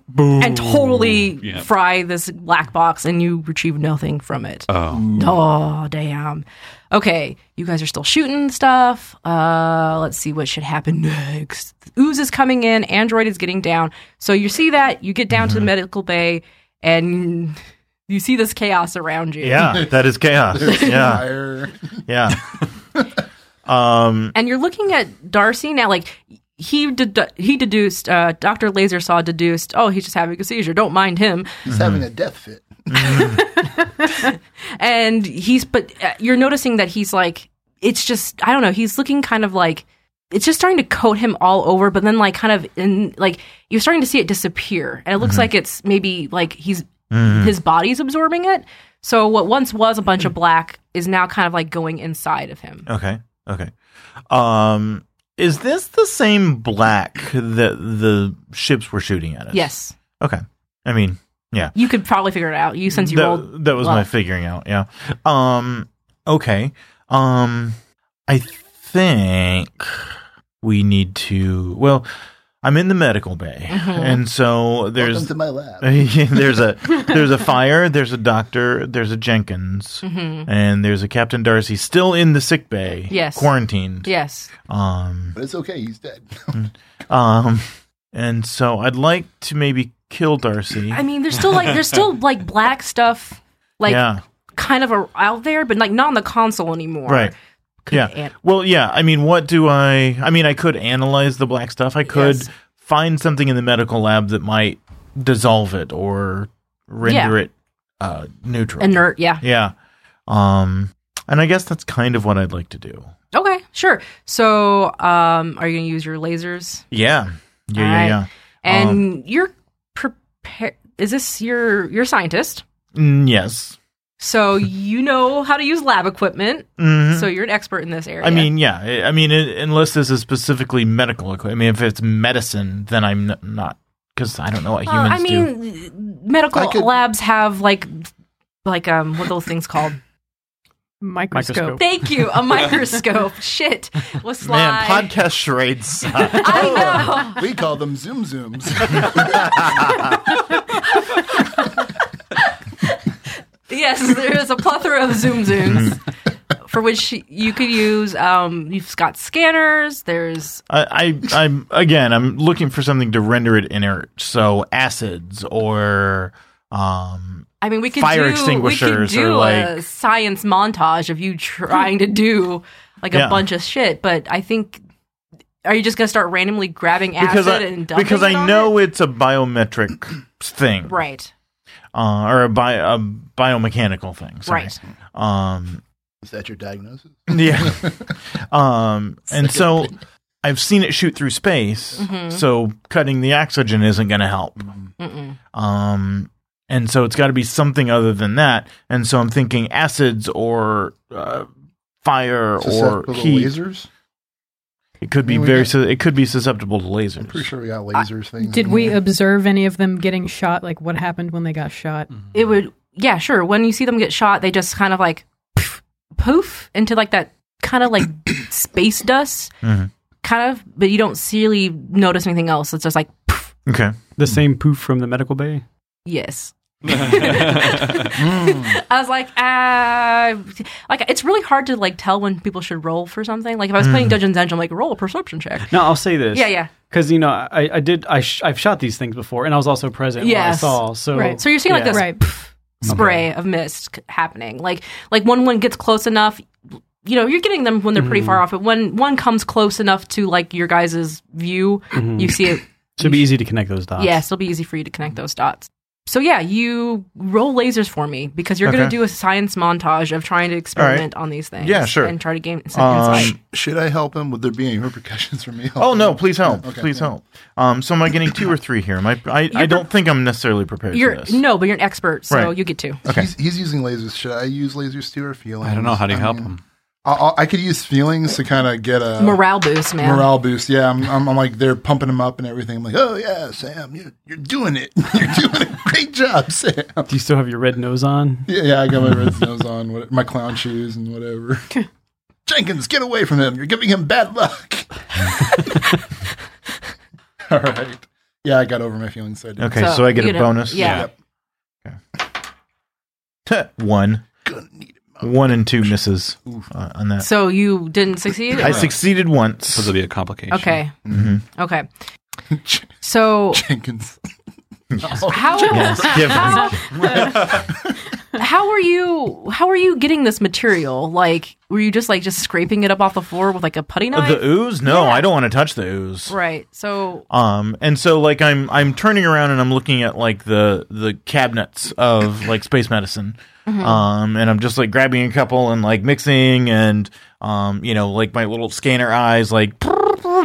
Speaker 1: and totally
Speaker 6: Yeah.
Speaker 1: fry this black box, and you retrieve nothing from it.
Speaker 6: Oh,
Speaker 1: Oh damn. Okay, you guys are still shooting stuff. Uh let's see what should happen next. Ooze is coming in, Android is getting down. So you see that, you get down to the medical bay and you see this chaos around you.
Speaker 2: Yeah, that is chaos. Yeah,
Speaker 4: Fire.
Speaker 2: yeah. Um,
Speaker 1: And you're looking at Darcy now like he dedu- he deduced uh, Dr. Laser saw deduced, "Oh, he's just having a seizure. Don't mind him."
Speaker 4: He's having a death fit.
Speaker 1: and he's but uh, you're noticing that he's like it's just i don't know he's looking kind of like it's just starting to coat him all over but then like kind of in like you're starting to see it disappear and it
Speaker 2: Mm-hmm.
Speaker 1: looks like it's maybe like he's his body's absorbing it so what once was a bunch
Speaker 2: Mm-hmm.
Speaker 1: of black is now kind of like going inside of him
Speaker 2: okay, okay. Um, is this the same black that the ships were shooting at us?
Speaker 1: yes
Speaker 2: Okay. I mean, yeah.
Speaker 1: you could probably figure it out you since you
Speaker 2: that,
Speaker 1: rolled
Speaker 2: that was my
Speaker 1: well.
Speaker 2: figuring out. Yeah. Um. Okay. Um. I think we need to. Well, I'm in the medical bay,
Speaker 1: Mm-hmm.
Speaker 2: and so there's
Speaker 4: Welcome to my lab.
Speaker 2: there's a there's a fire, there's a doctor, there's a Jenkins, and there's a Captain Darcy still in the sick bay,
Speaker 1: Mm-hmm. Yes.
Speaker 2: quarantined.
Speaker 1: yes
Speaker 2: Um,
Speaker 4: But it's okay. He's dead.
Speaker 2: um, and so I'd like to maybe kill Darcy.
Speaker 1: i mean there's still like there's still like black stuff like
Speaker 2: yeah,
Speaker 1: kind of a, out there but like not on the console anymore
Speaker 2: right.
Speaker 1: Could
Speaker 2: yeah.
Speaker 1: an-
Speaker 2: well, yeah. I mean, what do I? I mean, I could analyze the black stuff. I could
Speaker 1: Yes.
Speaker 2: find something in the medical lab that might dissolve it or render it uh, neutral.
Speaker 1: inert yeah
Speaker 2: Yeah. Um, and I guess that's kind of what I'd like to do.
Speaker 1: Okay, sure. So, um, are you gonna use your lasers?
Speaker 2: Yeah. Yeah. Yeah.
Speaker 1: Alright.
Speaker 2: Yeah.
Speaker 1: And
Speaker 2: Um,
Speaker 1: you're prepared. Is this your your scientist?
Speaker 2: Mm, yes.
Speaker 1: So you know how to use lab equipment.
Speaker 2: Mhm.
Speaker 1: So you're an expert in this area.
Speaker 2: I mean, yeah. I- I mean, it, unless this is specifically medical equipment. I mean, if it's medicine, then I'm n- not because I don't know what
Speaker 1: Uh,
Speaker 2: humans
Speaker 1: I mean, medical
Speaker 4: I could-
Speaker 1: labs have like like um what are those things called?
Speaker 5: Microscope.
Speaker 3: Microscope.
Speaker 1: Thank you, a microscope. Shit, was
Speaker 2: do. Man,
Speaker 1: slide.
Speaker 2: podcast charades. suck.
Speaker 1: I know.
Speaker 4: we call them zoom zooms.
Speaker 1: Yes, there is a plethora of zoom
Speaker 2: Mm.
Speaker 1: zooms. For which you could use, um, you've got scanners. There's
Speaker 2: I, I, I'm again. I'm looking for something to render it inert. So acids or um,
Speaker 1: I mean, we could
Speaker 2: fire
Speaker 1: do,
Speaker 2: extinguishers
Speaker 1: we could do
Speaker 2: or,
Speaker 1: a
Speaker 2: like-
Speaker 1: science montage of you trying to do like a
Speaker 2: Yeah.
Speaker 1: bunch of shit. But I think, are you just gonna start randomly grabbing acid
Speaker 2: because I,
Speaker 1: and dumping
Speaker 2: because
Speaker 1: it
Speaker 2: I
Speaker 1: on
Speaker 2: know
Speaker 1: it?
Speaker 2: it's a biometric thing,
Speaker 1: right,
Speaker 2: Uh, or a, bio, a biomechanical thing. Sorry.
Speaker 1: right.
Speaker 2: Um,
Speaker 4: Is that your diagnosis?
Speaker 2: Yeah. um, and so I've seen it shoot through space, so cutting the oxygen isn't going to help.
Speaker 1: Mm-hmm. Mm-mm.
Speaker 2: Um, and so it's got to be something other than that. And so I'm thinking acids or uh, fire or
Speaker 4: Susceptible
Speaker 2: heat.
Speaker 4: lasers.
Speaker 2: It could be
Speaker 4: We
Speaker 2: very.
Speaker 4: got-
Speaker 2: Su- it could be susceptible to lasers.
Speaker 4: I'm pretty sure we got lasers things.
Speaker 3: Did
Speaker 4: in
Speaker 3: we
Speaker 4: there.
Speaker 3: observe any of them getting shot? Like what happened when they got shot?
Speaker 1: It would, yeah, sure. When you see them get shot, they just kind of like poof, poof into like that kind of like space dust,
Speaker 2: Mhm.
Speaker 1: kind of. But you don't really notice anything else. It's just like poof,
Speaker 2: Okay.
Speaker 1: Hmm.
Speaker 5: The same poof from the medical bay.
Speaker 1: yes. I was like, uh, like it's really hard to like tell when people should roll for something. Like if I was playing Dungeons and Dragons, I'm like, roll a perception check.
Speaker 5: No, I'll say this.
Speaker 1: Yeah, yeah.
Speaker 5: Because you know, I, I did. I sh- I've shot these things before, and I was also present. when I
Speaker 1: Yes.
Speaker 5: saw. So
Speaker 3: Right.
Speaker 1: So you're seeing like
Speaker 5: Yeah.
Speaker 1: this
Speaker 3: Right.
Speaker 1: spray of mist c- happening. Like like when one gets close enough, you know, you're getting them when they're pretty far off. But when one comes close enough to like your guys' view, you see it.
Speaker 5: should be easy to connect those dots.
Speaker 1: Yes, it'll be easy for you to connect those dots. So yeah, you roll lasers for me because you're going
Speaker 2: Okay.
Speaker 1: to do a science montage of trying to experiment on these things.
Speaker 2: Yeah, sure.
Speaker 1: And try to gain some
Speaker 2: Um,
Speaker 1: insight.
Speaker 4: Should I help him? Would there be any repercussions for me?
Speaker 2: Oh no! Please help!
Speaker 4: Okay.
Speaker 2: please help! Um, so am I getting two or three here? Am I? I, I don't think I'm necessarily prepared
Speaker 1: You're
Speaker 2: for this.
Speaker 1: no, but you're an expert, so
Speaker 2: Right.
Speaker 1: you get to.
Speaker 4: He's, he's using lasers. Should I use lasers too, or feelings?
Speaker 6: I don't know. How do you help
Speaker 4: mean,
Speaker 6: them?
Speaker 4: I, I- I could use feelings to kind of get a
Speaker 1: Morale boost, man.
Speaker 4: morale boost. Yeah, I'm, I'm, I'm like they're pumping him up and everything. I'm like, oh yeah, Sam, you're you're doing it. You're doing a great job, Sam.
Speaker 5: Do you still have your red nose on?
Speaker 4: Yeah, yeah I got my red nose on, what- my clown shoes and whatever. Jenkins, get away from him! You're giving him bad luck. All right. Yeah, I got over my feelings. So I did.
Speaker 2: Okay, so, I get
Speaker 1: you
Speaker 2: a
Speaker 1: know,
Speaker 2: bonus.
Speaker 1: Yeah.
Speaker 2: one, one and two misses uh, on that.
Speaker 1: So you didn't succeed?
Speaker 2: I succeeded
Speaker 6: So
Speaker 2: once.
Speaker 6: there'll be a complication.
Speaker 1: okay.
Speaker 2: Mhm.
Speaker 1: Okay. So
Speaker 4: Jenkins.
Speaker 1: how
Speaker 2: Yes,
Speaker 1: how,
Speaker 2: definitely.
Speaker 1: how were you how were you getting this material? Like were you just like just scraping it up off the floor with like a putty knife?
Speaker 2: Uh, The ooze? No, I don't want to touch the ooze.
Speaker 1: right. So
Speaker 2: Um, and so like I'm I'm turning around and I'm looking at like the the cabinets of like space medicine.
Speaker 1: Mm-hmm.
Speaker 2: Um, and I'm just like grabbing a couple and like mixing and um, you know, like my little scanner eyes like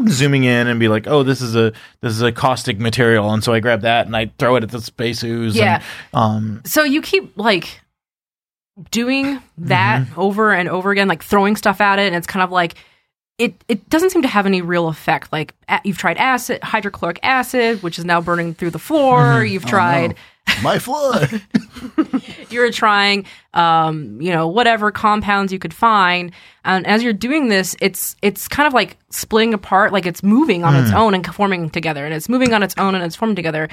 Speaker 2: zooming in and be like, oh, this is a this is a caustic material, and so I grab that and I throw it at the space ooze.
Speaker 1: Yeah.
Speaker 2: And, um,
Speaker 1: so you keep like doing that over and over again like throwing stuff at it and it's kind of like it it doesn't seem to have any real effect like a- you've tried acid hydrochloric acid which is now burning through the floor you've tried
Speaker 4: My flood.
Speaker 1: you're trying um, you know whatever compounds you could find and as you're doing this it's it's kind of like splitting apart like it's moving on its own and forming together and it's moving on its own and it's forming together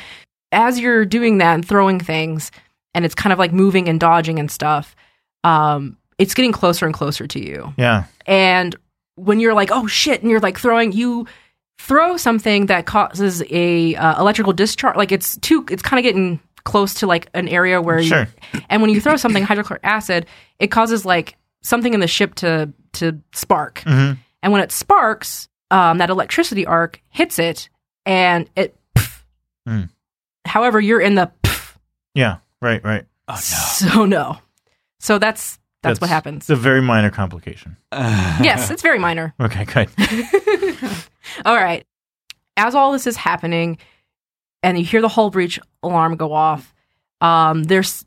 Speaker 1: as you're doing that and throwing things and it's kind of like moving and dodging and stuff um, it's getting closer and closer to you
Speaker 2: yeah.
Speaker 1: and when you're like, oh shit, and you're like throwing, you throw something that causes a uh, electrical discharge. Like it's too, it's kind of getting close to like an area where
Speaker 2: Sure.
Speaker 1: you. And when you throw something hydrochloric acid, it causes like something in the ship to to spark.
Speaker 2: Mhm.
Speaker 1: And when it sparks, um, that electricity arc hits it, and it. pff.
Speaker 2: Mm.
Speaker 1: However, you're in the. pff,
Speaker 2: Yeah. Right. Right.
Speaker 1: So no, so that's that's, what happens.
Speaker 2: It's a very minor complication.
Speaker 1: yes, it's very minor.
Speaker 2: Okay. Good.
Speaker 1: all right. As all this is happening, and you hear the hull breach alarm go off, um, there's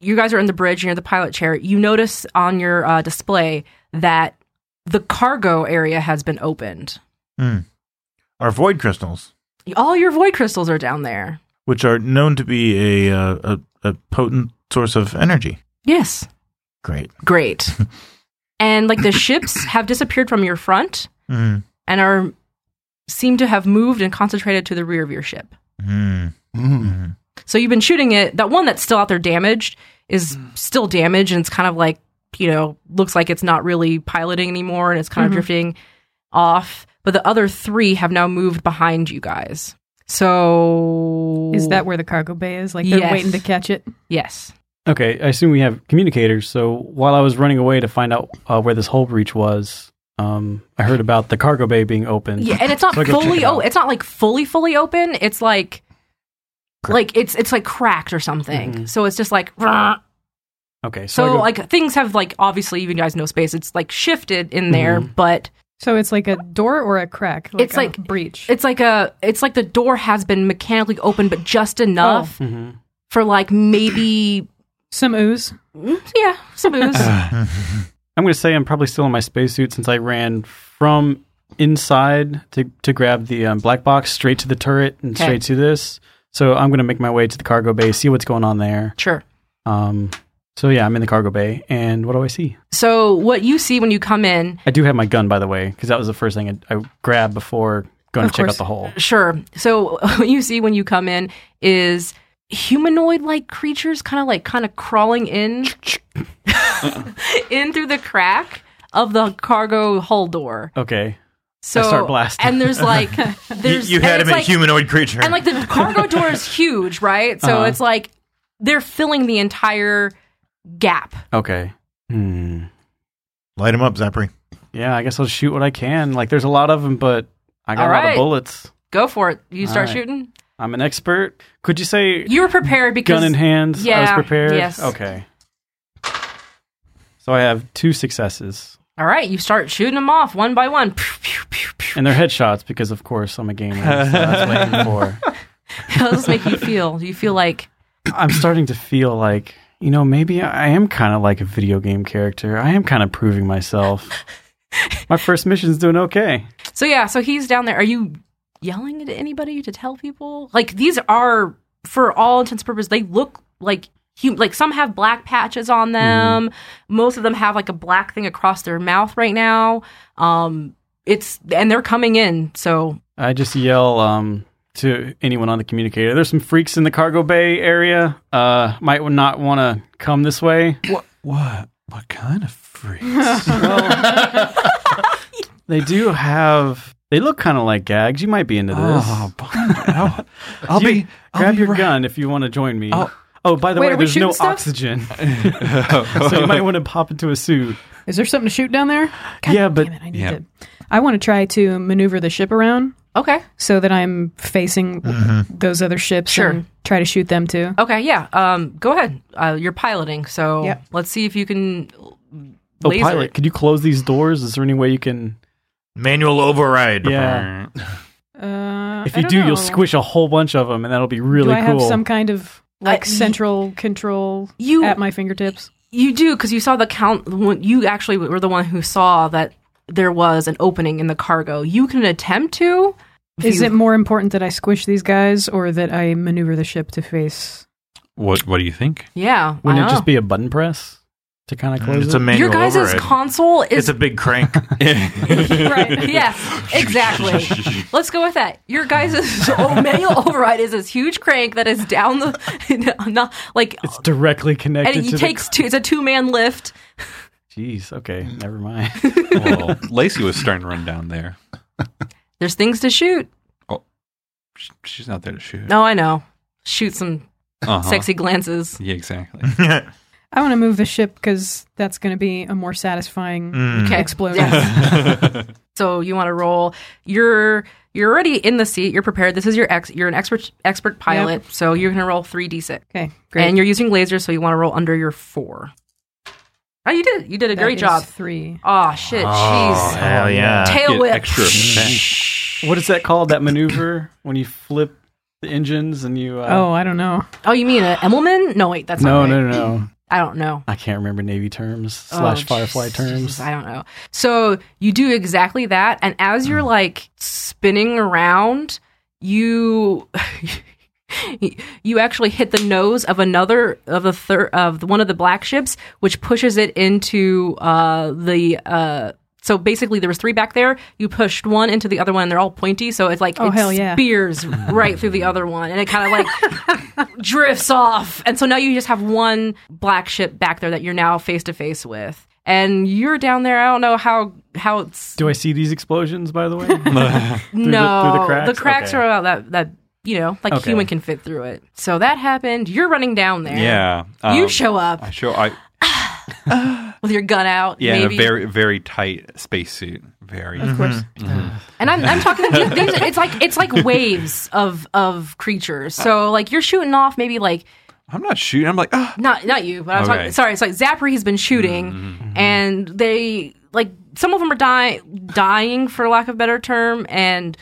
Speaker 1: you guys are in the bridge. You're in the pilot chair. You notice on your uh, display that the cargo area has been opened.
Speaker 2: Our void crystals,
Speaker 1: All your void crystals are down there.
Speaker 2: which are known to be a uh, a, a potent source of energy.
Speaker 1: Yes,
Speaker 2: Great.
Speaker 1: great. and like the ships have disappeared from your front
Speaker 2: Mm.
Speaker 1: and are seem to have moved and concentrated to the rear of your ship.
Speaker 2: Mm.
Speaker 4: Mm.
Speaker 1: So you've been shooting it. That one that's still out there damaged is
Speaker 5: Hmm.
Speaker 1: still damaged, and it's kind of like you know looks like it's not really piloting anymore, and it's kind
Speaker 5: Mm-hmm.
Speaker 1: of drifting off. But the other three have now moved behind you guys. So
Speaker 3: Is that where the cargo bay is? Like they're
Speaker 1: Yes.
Speaker 3: waiting to catch it.
Speaker 1: yes?
Speaker 5: Okay, I assume we have communicators. So while I was running away to find out uh, where this hole breach was, um, I heard about the cargo bay being opened.
Speaker 1: Yeah, and it's not
Speaker 5: So I go check
Speaker 1: fully.
Speaker 5: it
Speaker 1: oh,
Speaker 5: out.
Speaker 1: it's not like fully fully open. It's like. Like it's it's like cracked or something, so it's just like "Rah."
Speaker 5: Okay, so,
Speaker 1: so
Speaker 5: I Mm-hmm. go-
Speaker 1: like things have like obviously you guys know space. It's like shifted in there,
Speaker 5: Mm-hmm.
Speaker 1: but
Speaker 3: So it's like a door or a crack.
Speaker 1: It's
Speaker 3: a
Speaker 1: like-
Speaker 3: breach.
Speaker 1: It's like a it's like the door has been mechanically opened, but just enough
Speaker 2: Oh. Mm-hmm.
Speaker 5: Mhm.
Speaker 1: for like maybe
Speaker 3: Some ooze.
Speaker 1: mm, yeah, some booze.
Speaker 2: Uh.
Speaker 5: I'm going to say I'm probably still in my spacesuit since I ran from inside to to grab the um, black box straight to the turret and
Speaker 1: Okay.
Speaker 5: straight to this. So I'm going to make my way to the cargo bay, see what's going on there.
Speaker 1: sure.
Speaker 5: Um, so yeah, I'm in the cargo bay, and what do I see?
Speaker 1: So what you see when you come in,
Speaker 5: I do have my gun, by the way, because that was the first thing I, I grabbed before going
Speaker 3: Of
Speaker 5: to check
Speaker 3: course.
Speaker 5: out the hole.
Speaker 1: sure. So what you see when you come in is humanoid like creatures kind of like kind of crawling in
Speaker 2: Uh-uh.
Speaker 1: in through the crack of the cargo hull door.
Speaker 5: Okay.
Speaker 1: So
Speaker 5: start blasting.
Speaker 1: and there's like
Speaker 2: You,
Speaker 1: there's
Speaker 2: you
Speaker 1: and
Speaker 2: had
Speaker 1: it's
Speaker 2: him at
Speaker 1: like-
Speaker 2: humanoid creature.
Speaker 1: and like the cargo door is huge, right? So
Speaker 5: Uh-huh.
Speaker 1: it's like they're filling the entire gap.
Speaker 5: Okay. Hmm.
Speaker 2: Light him up, Zappery.
Speaker 5: Yeah, I guess I'll shoot what I can. Like, there's a lot of them, but I got
Speaker 1: All
Speaker 5: a lot
Speaker 1: right.
Speaker 5: of bullets.
Speaker 1: Go for it. You start
Speaker 5: right.
Speaker 1: shooting.
Speaker 5: I'm an expert. Could you say
Speaker 1: You were prepared because
Speaker 5: gun in hand? I was
Speaker 1: yeah,
Speaker 5: prepared.
Speaker 1: yes.
Speaker 5: Okay. So I have two successes,
Speaker 1: all right, you start shooting them off one by one. Pew, pew, pew, pew.
Speaker 5: and they're headshots because, of course, I'm a gamer. So that's what I'm for.
Speaker 1: How does this make you feel? Do you feel like
Speaker 5: I'm starting to feel like you know, maybe I am kind of like a video game character. I am kind of proving myself. My first mission's doing okay.
Speaker 1: So yeah, so he's down there. Are you yelling at anybody to tell people? Like these are for all intents and purposes, they look like hum- like some have black patches on
Speaker 3: Mm-hmm.
Speaker 1: them. Most of them have like a black thing across their mouth right now. Um it's and they're coming in. So
Speaker 5: I just yell um, to anyone on the communicator. There's some freaks in the cargo bay area. Uh, might not want to come this way.
Speaker 6: What? What? What kind of freaks?
Speaker 5: They do have. They look kind of like gags. You might be into this.
Speaker 6: oh, bummer. I'll, I'll
Speaker 5: You-
Speaker 6: be. I'll
Speaker 5: grab
Speaker 6: be
Speaker 5: your
Speaker 6: right-
Speaker 5: gun if you want to join me.
Speaker 6: I'll-
Speaker 5: oh, by the
Speaker 1: Wait,
Speaker 5: way,
Speaker 1: are we
Speaker 5: there's no
Speaker 1: shooting stuff?
Speaker 5: oxygen, so you might want to pop into a suit.
Speaker 3: Is there something to shoot down there? God
Speaker 5: Yeah, but-
Speaker 3: damn it, I need
Speaker 6: Yeah.
Speaker 3: to. I want to try to maneuver the ship around
Speaker 1: okay.
Speaker 3: so that I'm facing
Speaker 5: Mm-hmm.
Speaker 3: those other ships
Speaker 1: Sure.
Speaker 3: and try to shoot them too.
Speaker 1: Okay, yeah. Um go ahead. Uh you're piloting, so
Speaker 3: Yep.
Speaker 1: let's see if you can
Speaker 5: Oh,
Speaker 1: laser
Speaker 5: pilot,
Speaker 1: it.
Speaker 5: could you close these doors? Is there any way you can?
Speaker 2: Manual override.
Speaker 5: Yeah.
Speaker 3: Uh,
Speaker 5: If
Speaker 3: I
Speaker 5: you
Speaker 3: don't
Speaker 5: do,
Speaker 3: know.
Speaker 5: you'll squish a whole bunch of them, and that'll be
Speaker 3: Do
Speaker 5: really
Speaker 3: I have
Speaker 5: cool.
Speaker 3: some kind of
Speaker 1: Uh,
Speaker 3: like
Speaker 1: y-
Speaker 3: central control
Speaker 1: you
Speaker 3: at my fingertips?
Speaker 1: You do because you saw the count. when- You actually were the one who saw that there was an opening in the cargo. You can attempt to. if
Speaker 3: Is
Speaker 1: you-
Speaker 3: it more important that I squish these guys or that I maneuver the ship to face?
Speaker 6: What? What do you think?
Speaker 1: Yeah.
Speaker 5: Wouldn't
Speaker 1: I
Speaker 3: Ah.
Speaker 5: it just
Speaker 1: know.
Speaker 5: be a button press to kind of close
Speaker 2: It's
Speaker 5: it?
Speaker 2: a
Speaker 1: your
Speaker 2: manual
Speaker 1: guys'
Speaker 2: override.
Speaker 1: console?
Speaker 2: it's
Speaker 1: Is
Speaker 2: a big crank.
Speaker 1: right. Yes, exactly. Let's go with that. Your guys' oh, manual override is this huge crank that is down the, not like,
Speaker 5: it's directly connected
Speaker 1: and it
Speaker 5: to
Speaker 1: takes two. It's a two man lift.
Speaker 5: the. Jeez. Okay. Never mind.
Speaker 6: well, Lacey was starting to run down there.
Speaker 1: There's things to shoot.
Speaker 6: Sh- She's not there to shoot.
Speaker 1: No, I know. Shoot some
Speaker 6: Uh-huh.
Speaker 1: sexy glances.
Speaker 6: Yeah, exactly.
Speaker 3: I want to move the ship because that's going to be a more satisfying
Speaker 5: Mm.
Speaker 1: Okay.
Speaker 3: explosion.
Speaker 1: Yes. So you want to roll. You're you're already in the seat. You're prepared. This is your ex. You're an expert expert pilot. So you're gonna roll three d six,
Speaker 3: Okay, great.
Speaker 1: and you're using lasers. So you want to roll under your four. Oh, you did. You did a
Speaker 3: That
Speaker 1: great
Speaker 3: is
Speaker 1: job.
Speaker 3: Three.
Speaker 1: Oh shit.
Speaker 2: oh,
Speaker 1: Jeez.
Speaker 2: hell yeah.
Speaker 1: Tail
Speaker 6: Get
Speaker 1: whip.
Speaker 6: extra
Speaker 5: What is that called? That maneuver when you flip the engines and you. Uh,
Speaker 3: Oh, I don't know.
Speaker 1: Oh, you mean an Emmelman? No, wait. That's not
Speaker 5: No,
Speaker 1: right.
Speaker 5: no, no, no.
Speaker 1: I don't know.
Speaker 5: I can't remember Navy terms
Speaker 1: Oh,
Speaker 5: slash Firefly
Speaker 1: Jesus,
Speaker 5: terms.
Speaker 1: Jesus, I don't know. So you do exactly that, and as
Speaker 5: Hmm.
Speaker 1: you're like spinning around, you you actually hit the nose of another of the third of one of the black ships, which pushes it into uh, the. Uh, so basically, there was three back there. You pushed one into the other one, and they're all pointy. So it's like
Speaker 3: Oh,
Speaker 1: it
Speaker 3: hell yeah.
Speaker 1: spears right through the other one, and it kind of like drifts off. And so now you just have one black ship back there that you're now face to face with. And you're down there. I don't know how how it's
Speaker 5: Do I see these explosions, by the way?
Speaker 1: no
Speaker 5: through the cracks? Okay.
Speaker 1: are about that that you know like
Speaker 5: Okay.
Speaker 1: human can fit through it. So that happened. You're running down there.
Speaker 6: yeah. um,
Speaker 1: you show up
Speaker 6: I show. I
Speaker 1: with your gun out.
Speaker 6: yeah. In a
Speaker 1: maybe.
Speaker 6: very very tight spacesuit. Very.
Speaker 3: Of course.
Speaker 1: And I'm, I'm talking. there's- It's like it's like waves of of creatures. So like you're shooting off maybe like
Speaker 6: I'm not shooting. I'm like ah.
Speaker 1: not not you, but I'm
Speaker 6: Okay.
Speaker 1: talking. Sorry, it's like Zapri has been shooting, and they like some of them are dying, dying for lack of a better term, and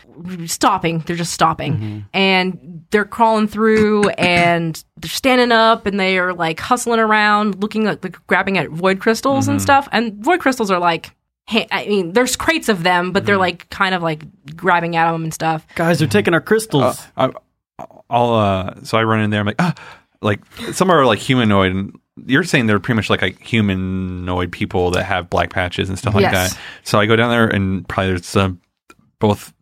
Speaker 1: stopping. They're just stopping, and they're crawling through, and they're standing up, and they are like hustling around, looking like like, grabbing at void crystals and stuff. And void crystals are like. ha- I mean, there's crates of them, but they're like kind of like grabbing at them and stuff.
Speaker 5: Guys, they're taking our crystals.
Speaker 6: I, Uh, I'll uh. So I run in there. I'm like ah. Like some are like humanoid, and you're saying they're pretty much like like humanoid people that have black patches and stuff like
Speaker 1: Yes.
Speaker 6: that. So I go down there, and probably there's some both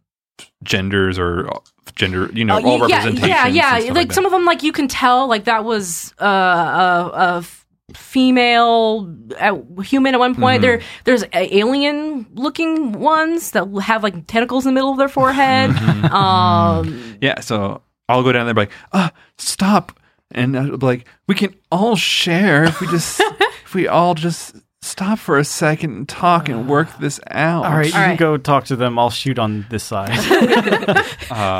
Speaker 6: genders or gender, you know,
Speaker 1: Oh,
Speaker 6: all
Speaker 1: y- yeah,
Speaker 6: representations.
Speaker 1: Yeah,
Speaker 6: and
Speaker 1: yeah.
Speaker 6: stuff
Speaker 1: Like,
Speaker 6: that.
Speaker 1: some of them, like you can tell, like that was uh, a, a f- female uh, human at one
Speaker 6: Mm-hmm.
Speaker 1: point. There, there's alien looking ones that have like tentacles in the middle of their forehead.
Speaker 6: Mm-hmm.
Speaker 1: um,
Speaker 6: Yeah, so I'll go down there and be like, ah, stop. And I'll be like, we can all share if we just if we all just stop for a second and talk and work this out.
Speaker 5: All right, you
Speaker 1: All
Speaker 5: can
Speaker 1: right.
Speaker 5: go talk to them. I'll shoot on this side.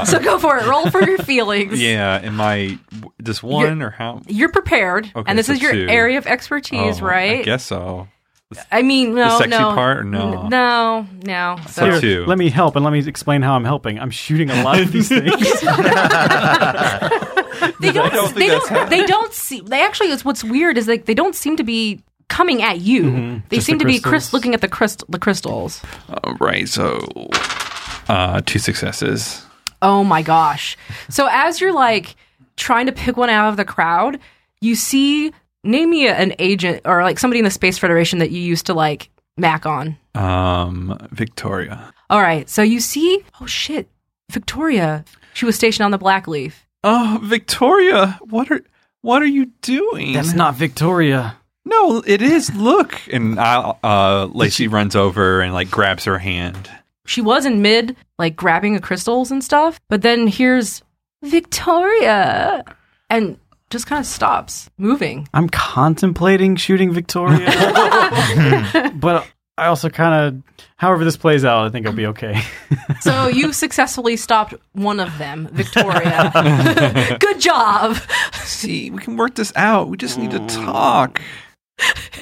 Speaker 1: so go for it. Roll for your feelings.
Speaker 6: Uh, Yeah, am I w- just one or how?
Speaker 1: You're prepared,
Speaker 6: Okay,
Speaker 1: and this
Speaker 6: so
Speaker 1: is your
Speaker 6: two.
Speaker 1: area of expertise,
Speaker 6: Oh,
Speaker 1: right?
Speaker 6: I guess so.
Speaker 1: I mean, no,
Speaker 6: sexy
Speaker 1: no.
Speaker 6: part or no?
Speaker 1: N- no, no. So
Speaker 6: Here.
Speaker 5: Here,
Speaker 6: two.
Speaker 5: Let me help and let me explain how I'm helping. I'm shooting a lot of these things.
Speaker 1: They don't.
Speaker 6: don't think
Speaker 1: they
Speaker 6: that's
Speaker 1: don't. They don't see. They actually. It's what's weird is like they don't seem to be coming at you. They
Speaker 5: Just
Speaker 1: seem
Speaker 5: the
Speaker 1: to be
Speaker 5: crystals.
Speaker 1: cris- looking at the crystal, the crystals.
Speaker 6: All right, so uh, two successes.
Speaker 1: Oh my gosh. So as you're like trying to pick one out of the crowd, you see name me an agent or like somebody in the Space Federation that you used to like mac on.
Speaker 6: Um, Victoria.
Speaker 1: All right. So you see oh shit, Victoria. She was stationed on the Blackleaf.
Speaker 6: Oh, Victoria, what are what are you doing?
Speaker 5: That's not Victoria.
Speaker 6: No, it is. Look, and I, uh, Lacey runs over and like grabs her hand.
Speaker 1: She was in mid like grabbing the crystals and stuff, but then here's Victoria and just kind of stops moving.
Speaker 5: I'm contemplating shooting Victoria, but I also kind of, however this plays out, I think I'll be okay.
Speaker 1: So you successfully stopped one of them, Victoria. Good job.
Speaker 6: See, we can work this out. We just need to talk.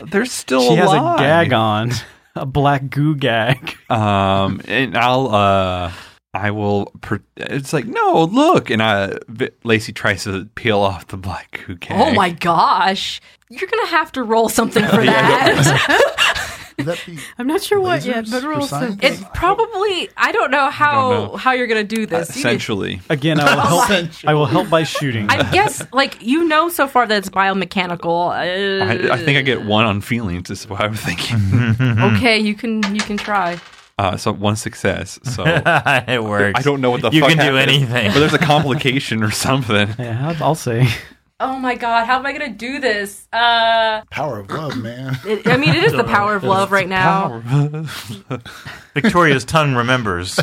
Speaker 6: There's still
Speaker 5: she has
Speaker 6: alive.
Speaker 5: a gag on, a black goo gag.
Speaker 6: um and i'll uh i will per- it's like no look and i v- lacey tries to peel off the black goo gag
Speaker 1: Oh my gosh. You're going to have to roll something for that.
Speaker 4: Would that be
Speaker 3: I'm not sure what yet,
Speaker 4: Lasers
Speaker 3: but
Speaker 4: for
Speaker 3: roll
Speaker 4: science?
Speaker 3: something.
Speaker 1: It's probably I don't know how
Speaker 6: don't know.
Speaker 1: how you're going to do
Speaker 6: Uh,
Speaker 1: this. You-
Speaker 6: essentially
Speaker 5: Again, I will help.
Speaker 4: Essentially.
Speaker 5: I will help by shooting.
Speaker 1: I guess like you know so far that it's biomechanical.
Speaker 6: I, I Hmm. think i get one on feelings is what i'm thinking
Speaker 2: Mm-hmm.
Speaker 1: Uh, Okay, you can you can try.
Speaker 6: uh so one success so
Speaker 2: it works.
Speaker 6: i don't know what the
Speaker 2: You
Speaker 6: fuck
Speaker 2: can do
Speaker 6: happened,
Speaker 2: anything.
Speaker 6: but there's a complication or something
Speaker 5: yeah, I'll- I'll say.
Speaker 1: Oh my god, how am I going to do this? Uh
Speaker 4: power of love, man?
Speaker 1: It, I mean, it is the power of love right now.
Speaker 2: Victoria's tongue remembers.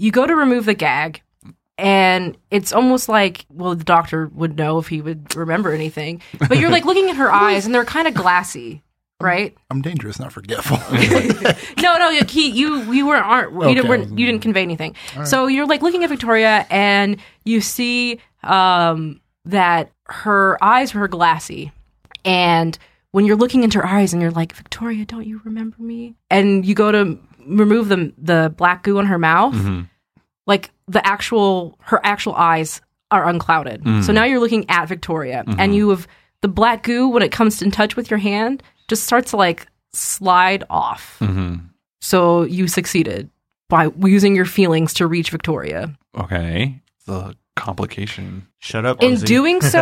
Speaker 1: You go to remove the gag, and it's almost like, well, the doctor would know if he would remember anything. But you're like looking at her eyes, and they're kind of glassy, right?
Speaker 4: I'm dangerous, not forgetful.
Speaker 1: No, no, like, he, you, you weren't, aren't you, didn't,
Speaker 4: Okay.
Speaker 1: weren't- you didn't convey anything. So you're like looking at Victoria, and you see um, that her eyes were glassy, and when you're looking into her eyes, and you're like, Victoria, don't you remember me? And you go to remove the the black goo on her mouth, like the actual her actual eyes are unclouded. So now you're looking at Victoria, and you have the black goo when it comes in touch with your hand just starts to like slide off.
Speaker 6: hmm
Speaker 1: So you succeeded by using your feelings to reach Victoria.
Speaker 6: okay the complication
Speaker 2: Shut up.
Speaker 1: In
Speaker 2: Lindsay.
Speaker 1: doing so,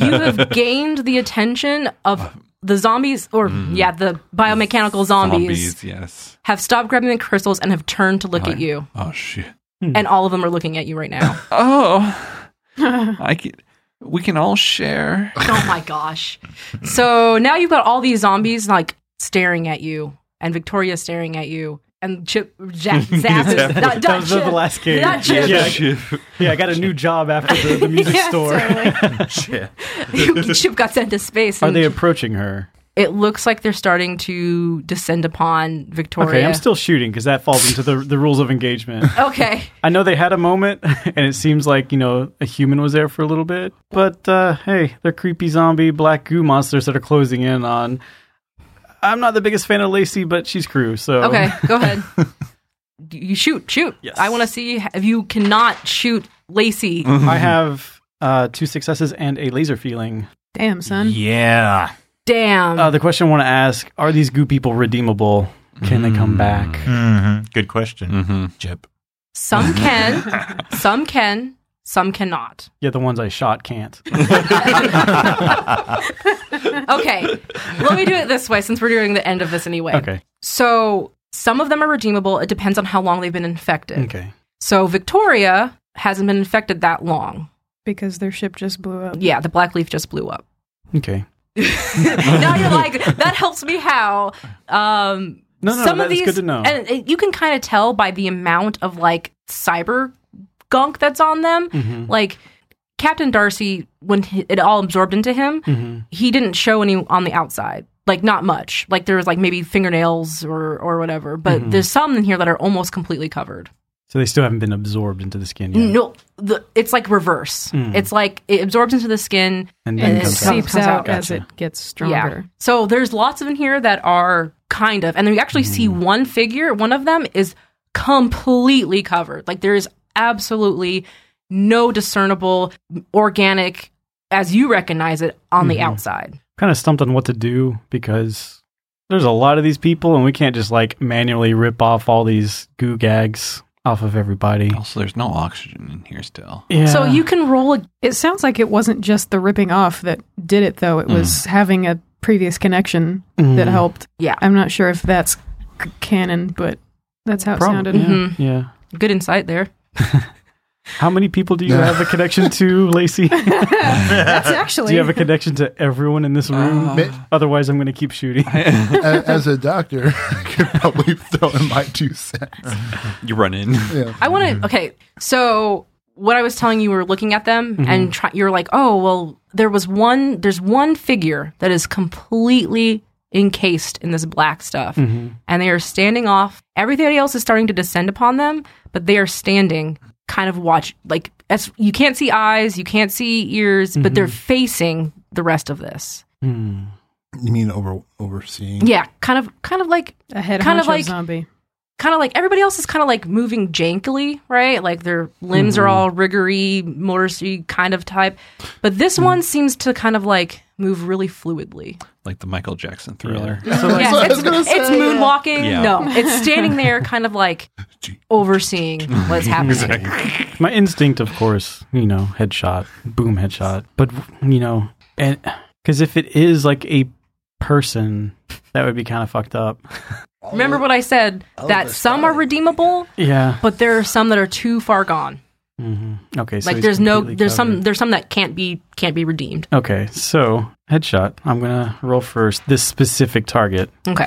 Speaker 1: you have gained the attention of the zombies, or
Speaker 5: Mm-hmm.
Speaker 1: yeah, the biomechanical zombies,
Speaker 6: zombies yes
Speaker 1: have stopped grabbing the crystals and have turned to look at
Speaker 6: Hi.
Speaker 1: you.
Speaker 6: oh shit
Speaker 5: Hmm.
Speaker 1: And all of them are looking at you right now.
Speaker 6: oh i can we can all share
Speaker 1: oh my gosh. So now you've got all these zombies like staring at you, and Victoria staring at you. And Chip, Jack, Zap is not,
Speaker 5: That
Speaker 1: not
Speaker 5: was the
Speaker 1: Chip,
Speaker 5: last game.
Speaker 1: not Chip.
Speaker 5: Yeah, Yeah, I got a new job after the, the music
Speaker 1: Yeah,
Speaker 5: store.
Speaker 1: Chip got sent to space.
Speaker 5: Are
Speaker 1: and-
Speaker 5: they approaching her?
Speaker 1: it looks like they're starting to descend upon Victoria.
Speaker 5: Okay, I'm still shooting because that falls into the the rules of engagement.
Speaker 1: Okay.
Speaker 5: I know they had a moment, and it seems like you know a human was there for a little bit. But uh, hey, they're creepy zombie black goo monsters that are closing in on. I'm not the biggest fan of Lacey, but she's crew. So
Speaker 1: Okay. Go ahead. you shoot. Shoot.
Speaker 5: Yes.
Speaker 1: I want to see if you cannot shoot Lacey.
Speaker 5: I have uh, two successes and a laser feeling.
Speaker 3: Damn, son.
Speaker 2: Yeah.
Speaker 1: Damn.
Speaker 5: Uh, the question I want to ask: Are these goo people redeemable? Can they come back?
Speaker 2: hmm Good question,
Speaker 6: mm-hmm.
Speaker 2: Chip.
Speaker 1: some can. some can. Some cannot.
Speaker 5: Yeah, the ones I shot can't.
Speaker 1: Okay. Let me do it this way since we're doing the end of this anyway.
Speaker 5: Okay.
Speaker 1: So some of them are redeemable. It depends on how long they've been infected.
Speaker 5: Okay.
Speaker 1: So Victoria hasn't been infected that long.
Speaker 3: Because their ship just blew up.
Speaker 1: Yeah, the black leaf just blew up.
Speaker 5: Okay.
Speaker 1: now you're like that helps me how um
Speaker 5: No, no,
Speaker 1: some of
Speaker 5: that's
Speaker 1: these
Speaker 5: good to know.
Speaker 1: and it, you can kind of tell by the amount of like cyber gunk that's on them
Speaker 5: Mm-hmm.
Speaker 1: like captain darcy when he- it all absorbed into him
Speaker 5: Mm-hmm.
Speaker 1: he didn't show any on the outside like not much like there was like maybe fingernails or or whatever but
Speaker 5: Mm-hmm.
Speaker 1: there's some in here that are almost completely covered
Speaker 5: So they still haven't been absorbed into the skin yet.
Speaker 1: no the, it's like reverse
Speaker 5: Mm.
Speaker 1: it's like it absorbs into the skin
Speaker 3: And
Speaker 5: And then
Speaker 3: it
Speaker 5: comes
Speaker 1: it's-
Speaker 5: out.
Speaker 3: seeps
Speaker 1: Comes out.
Speaker 3: out as it gets stronger.
Speaker 1: So there's lots of in here that are kind of, and then you actually see one figure. One of them is completely covered. Like there is absolutely no discernible organic, as you recognize it, on the
Speaker 5: Mhm.
Speaker 1: outside.
Speaker 5: kind of stumped on what to do because there's a lot of these people, and we can't just like manually rip off all these goo gags off of everybody.
Speaker 6: Also, there's no oxygen in here still.
Speaker 5: Yeah.
Speaker 1: So you can roll a
Speaker 3: It sounds like it wasn't just the ripping off that did it, though. It was having a previous connection that
Speaker 5: Mm.
Speaker 3: helped.
Speaker 1: Yeah.
Speaker 3: I'm not sure if that's c- canon, but that's how it
Speaker 5: Probably,
Speaker 3: sounded.
Speaker 5: Yeah.
Speaker 1: Mhm.
Speaker 5: yeah.
Speaker 1: good insight there.
Speaker 5: How many people do you have a connection to, Lacey? do
Speaker 3: That's actually.
Speaker 5: you have a connection to everyone in this
Speaker 1: Oh.
Speaker 5: room?
Speaker 4: Ma-
Speaker 5: Otherwise, I'm going to keep shooting.
Speaker 4: a- as a doctor, I could probably throw in my two cents.
Speaker 6: you run in.
Speaker 4: Yeah.
Speaker 1: I want to. Okay, so what I was telling you, we were looking at them, and try, you're like, oh, well, there was one. There's one figure that is completely encased in this black stuff, and they are standing off. Everybody else is starting to descend upon them, but they are standing, kind of watch. Like as you can't see eyes, you can't see ears, but they're facing the rest of this.
Speaker 5: Hmm.
Speaker 4: You mean over overseeing?
Speaker 1: Yeah, kind of, kind of like
Speaker 3: a head
Speaker 1: kind of
Speaker 3: honcho
Speaker 1: like-
Speaker 3: zombie.
Speaker 1: kind of like everybody else is kind of like moving jankily, right? Like their limbs
Speaker 5: Mm-hmm.
Speaker 1: are all riggery, motorsy kind of type. But this
Speaker 5: Mm.
Speaker 1: one seems to kind of like move really fluidly.
Speaker 6: Like the Michael Jackson thriller.
Speaker 5: So, like,
Speaker 1: Yeah,
Speaker 4: what I
Speaker 1: it's,
Speaker 4: was gonna
Speaker 1: it's
Speaker 4: say, yeah.
Speaker 1: moonwalking.
Speaker 6: Yeah.
Speaker 1: No, it's standing there kind of like overseeing what's happening.
Speaker 5: my instinct, of course, you know, headshot, boom, headshot. But you know, and because if it is like a person, that would be kind of fucked up.
Speaker 1: Remember what I said
Speaker 4: All
Speaker 1: that
Speaker 4: this
Speaker 1: some are
Speaker 4: time.
Speaker 1: redeemable,
Speaker 5: Yeah.
Speaker 1: but there are some that are too far gone.
Speaker 5: hmm Okay. So
Speaker 1: Like
Speaker 5: he's
Speaker 1: there's no
Speaker 5: completely
Speaker 1: there's some
Speaker 5: covered.
Speaker 1: there's some that can't be can't be redeemed.
Speaker 5: Okay, so headshot. I'm gonna roll first. This specific target.
Speaker 1: Okay.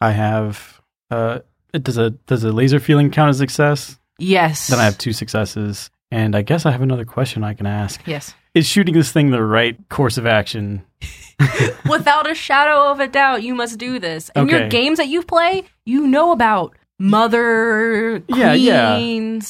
Speaker 5: I have. Uh, it does a does a laser feeling count as success?
Speaker 1: Yes.
Speaker 5: Then I have two successes, and I guess I have another question I can ask.
Speaker 1: Yes.
Speaker 5: Is shooting this thing the right course of action?
Speaker 1: Without a shadow of a doubt, you must do this. And your
Speaker 5: Okay.
Speaker 1: games that you play, you know about mother queens.
Speaker 5: Yeah, yeah.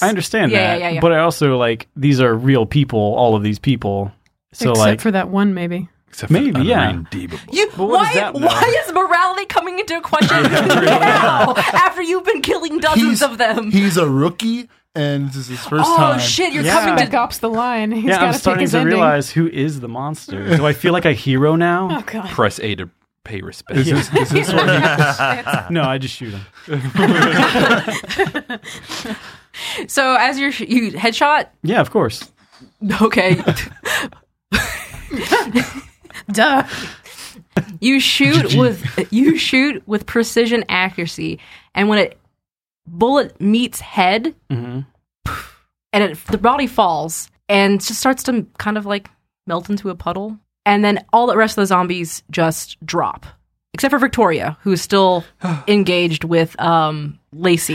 Speaker 5: I understand
Speaker 1: Yeah,
Speaker 5: that,
Speaker 1: yeah, yeah, yeah.
Speaker 5: but I also like these are real people. All of these people. So
Speaker 3: Except
Speaker 5: like,
Speaker 3: for that one, maybe.
Speaker 6: Except for
Speaker 5: Maybe, yeah.
Speaker 6: unredeemable.
Speaker 1: You,
Speaker 5: what
Speaker 1: why,
Speaker 5: does that mean?
Speaker 1: why is morality coming into question now after you've been killing dozens
Speaker 4: He's,
Speaker 1: of them?
Speaker 4: he's a rookie, and this is his first
Speaker 1: oh
Speaker 4: time.
Speaker 1: shit, you're
Speaker 5: Yeah.
Speaker 1: coming
Speaker 3: That
Speaker 1: to
Speaker 3: gops the line. He's
Speaker 5: yeah,
Speaker 3: got
Speaker 5: I'm
Speaker 3: to pick
Speaker 5: starting
Speaker 3: his
Speaker 5: to
Speaker 3: ending.
Speaker 5: realize who is the monster. Do I feel like a hero now?
Speaker 3: Oh god.
Speaker 6: Press A to pay respect.
Speaker 4: Is this, is this what
Speaker 5: no, I just shoot him.
Speaker 1: So as you're sh- you headshot,
Speaker 5: Yeah, of course.
Speaker 1: okay,
Speaker 3: Duh.
Speaker 1: you shoot with you shoot with precision accuracy, and when it bullet meets head,
Speaker 5: hmm
Speaker 1: and it, the body falls and just starts to kind of like melt into a puddle. And then all the rest of the zombies just drop, except for Victoria, who's still engaged with um, Lacey.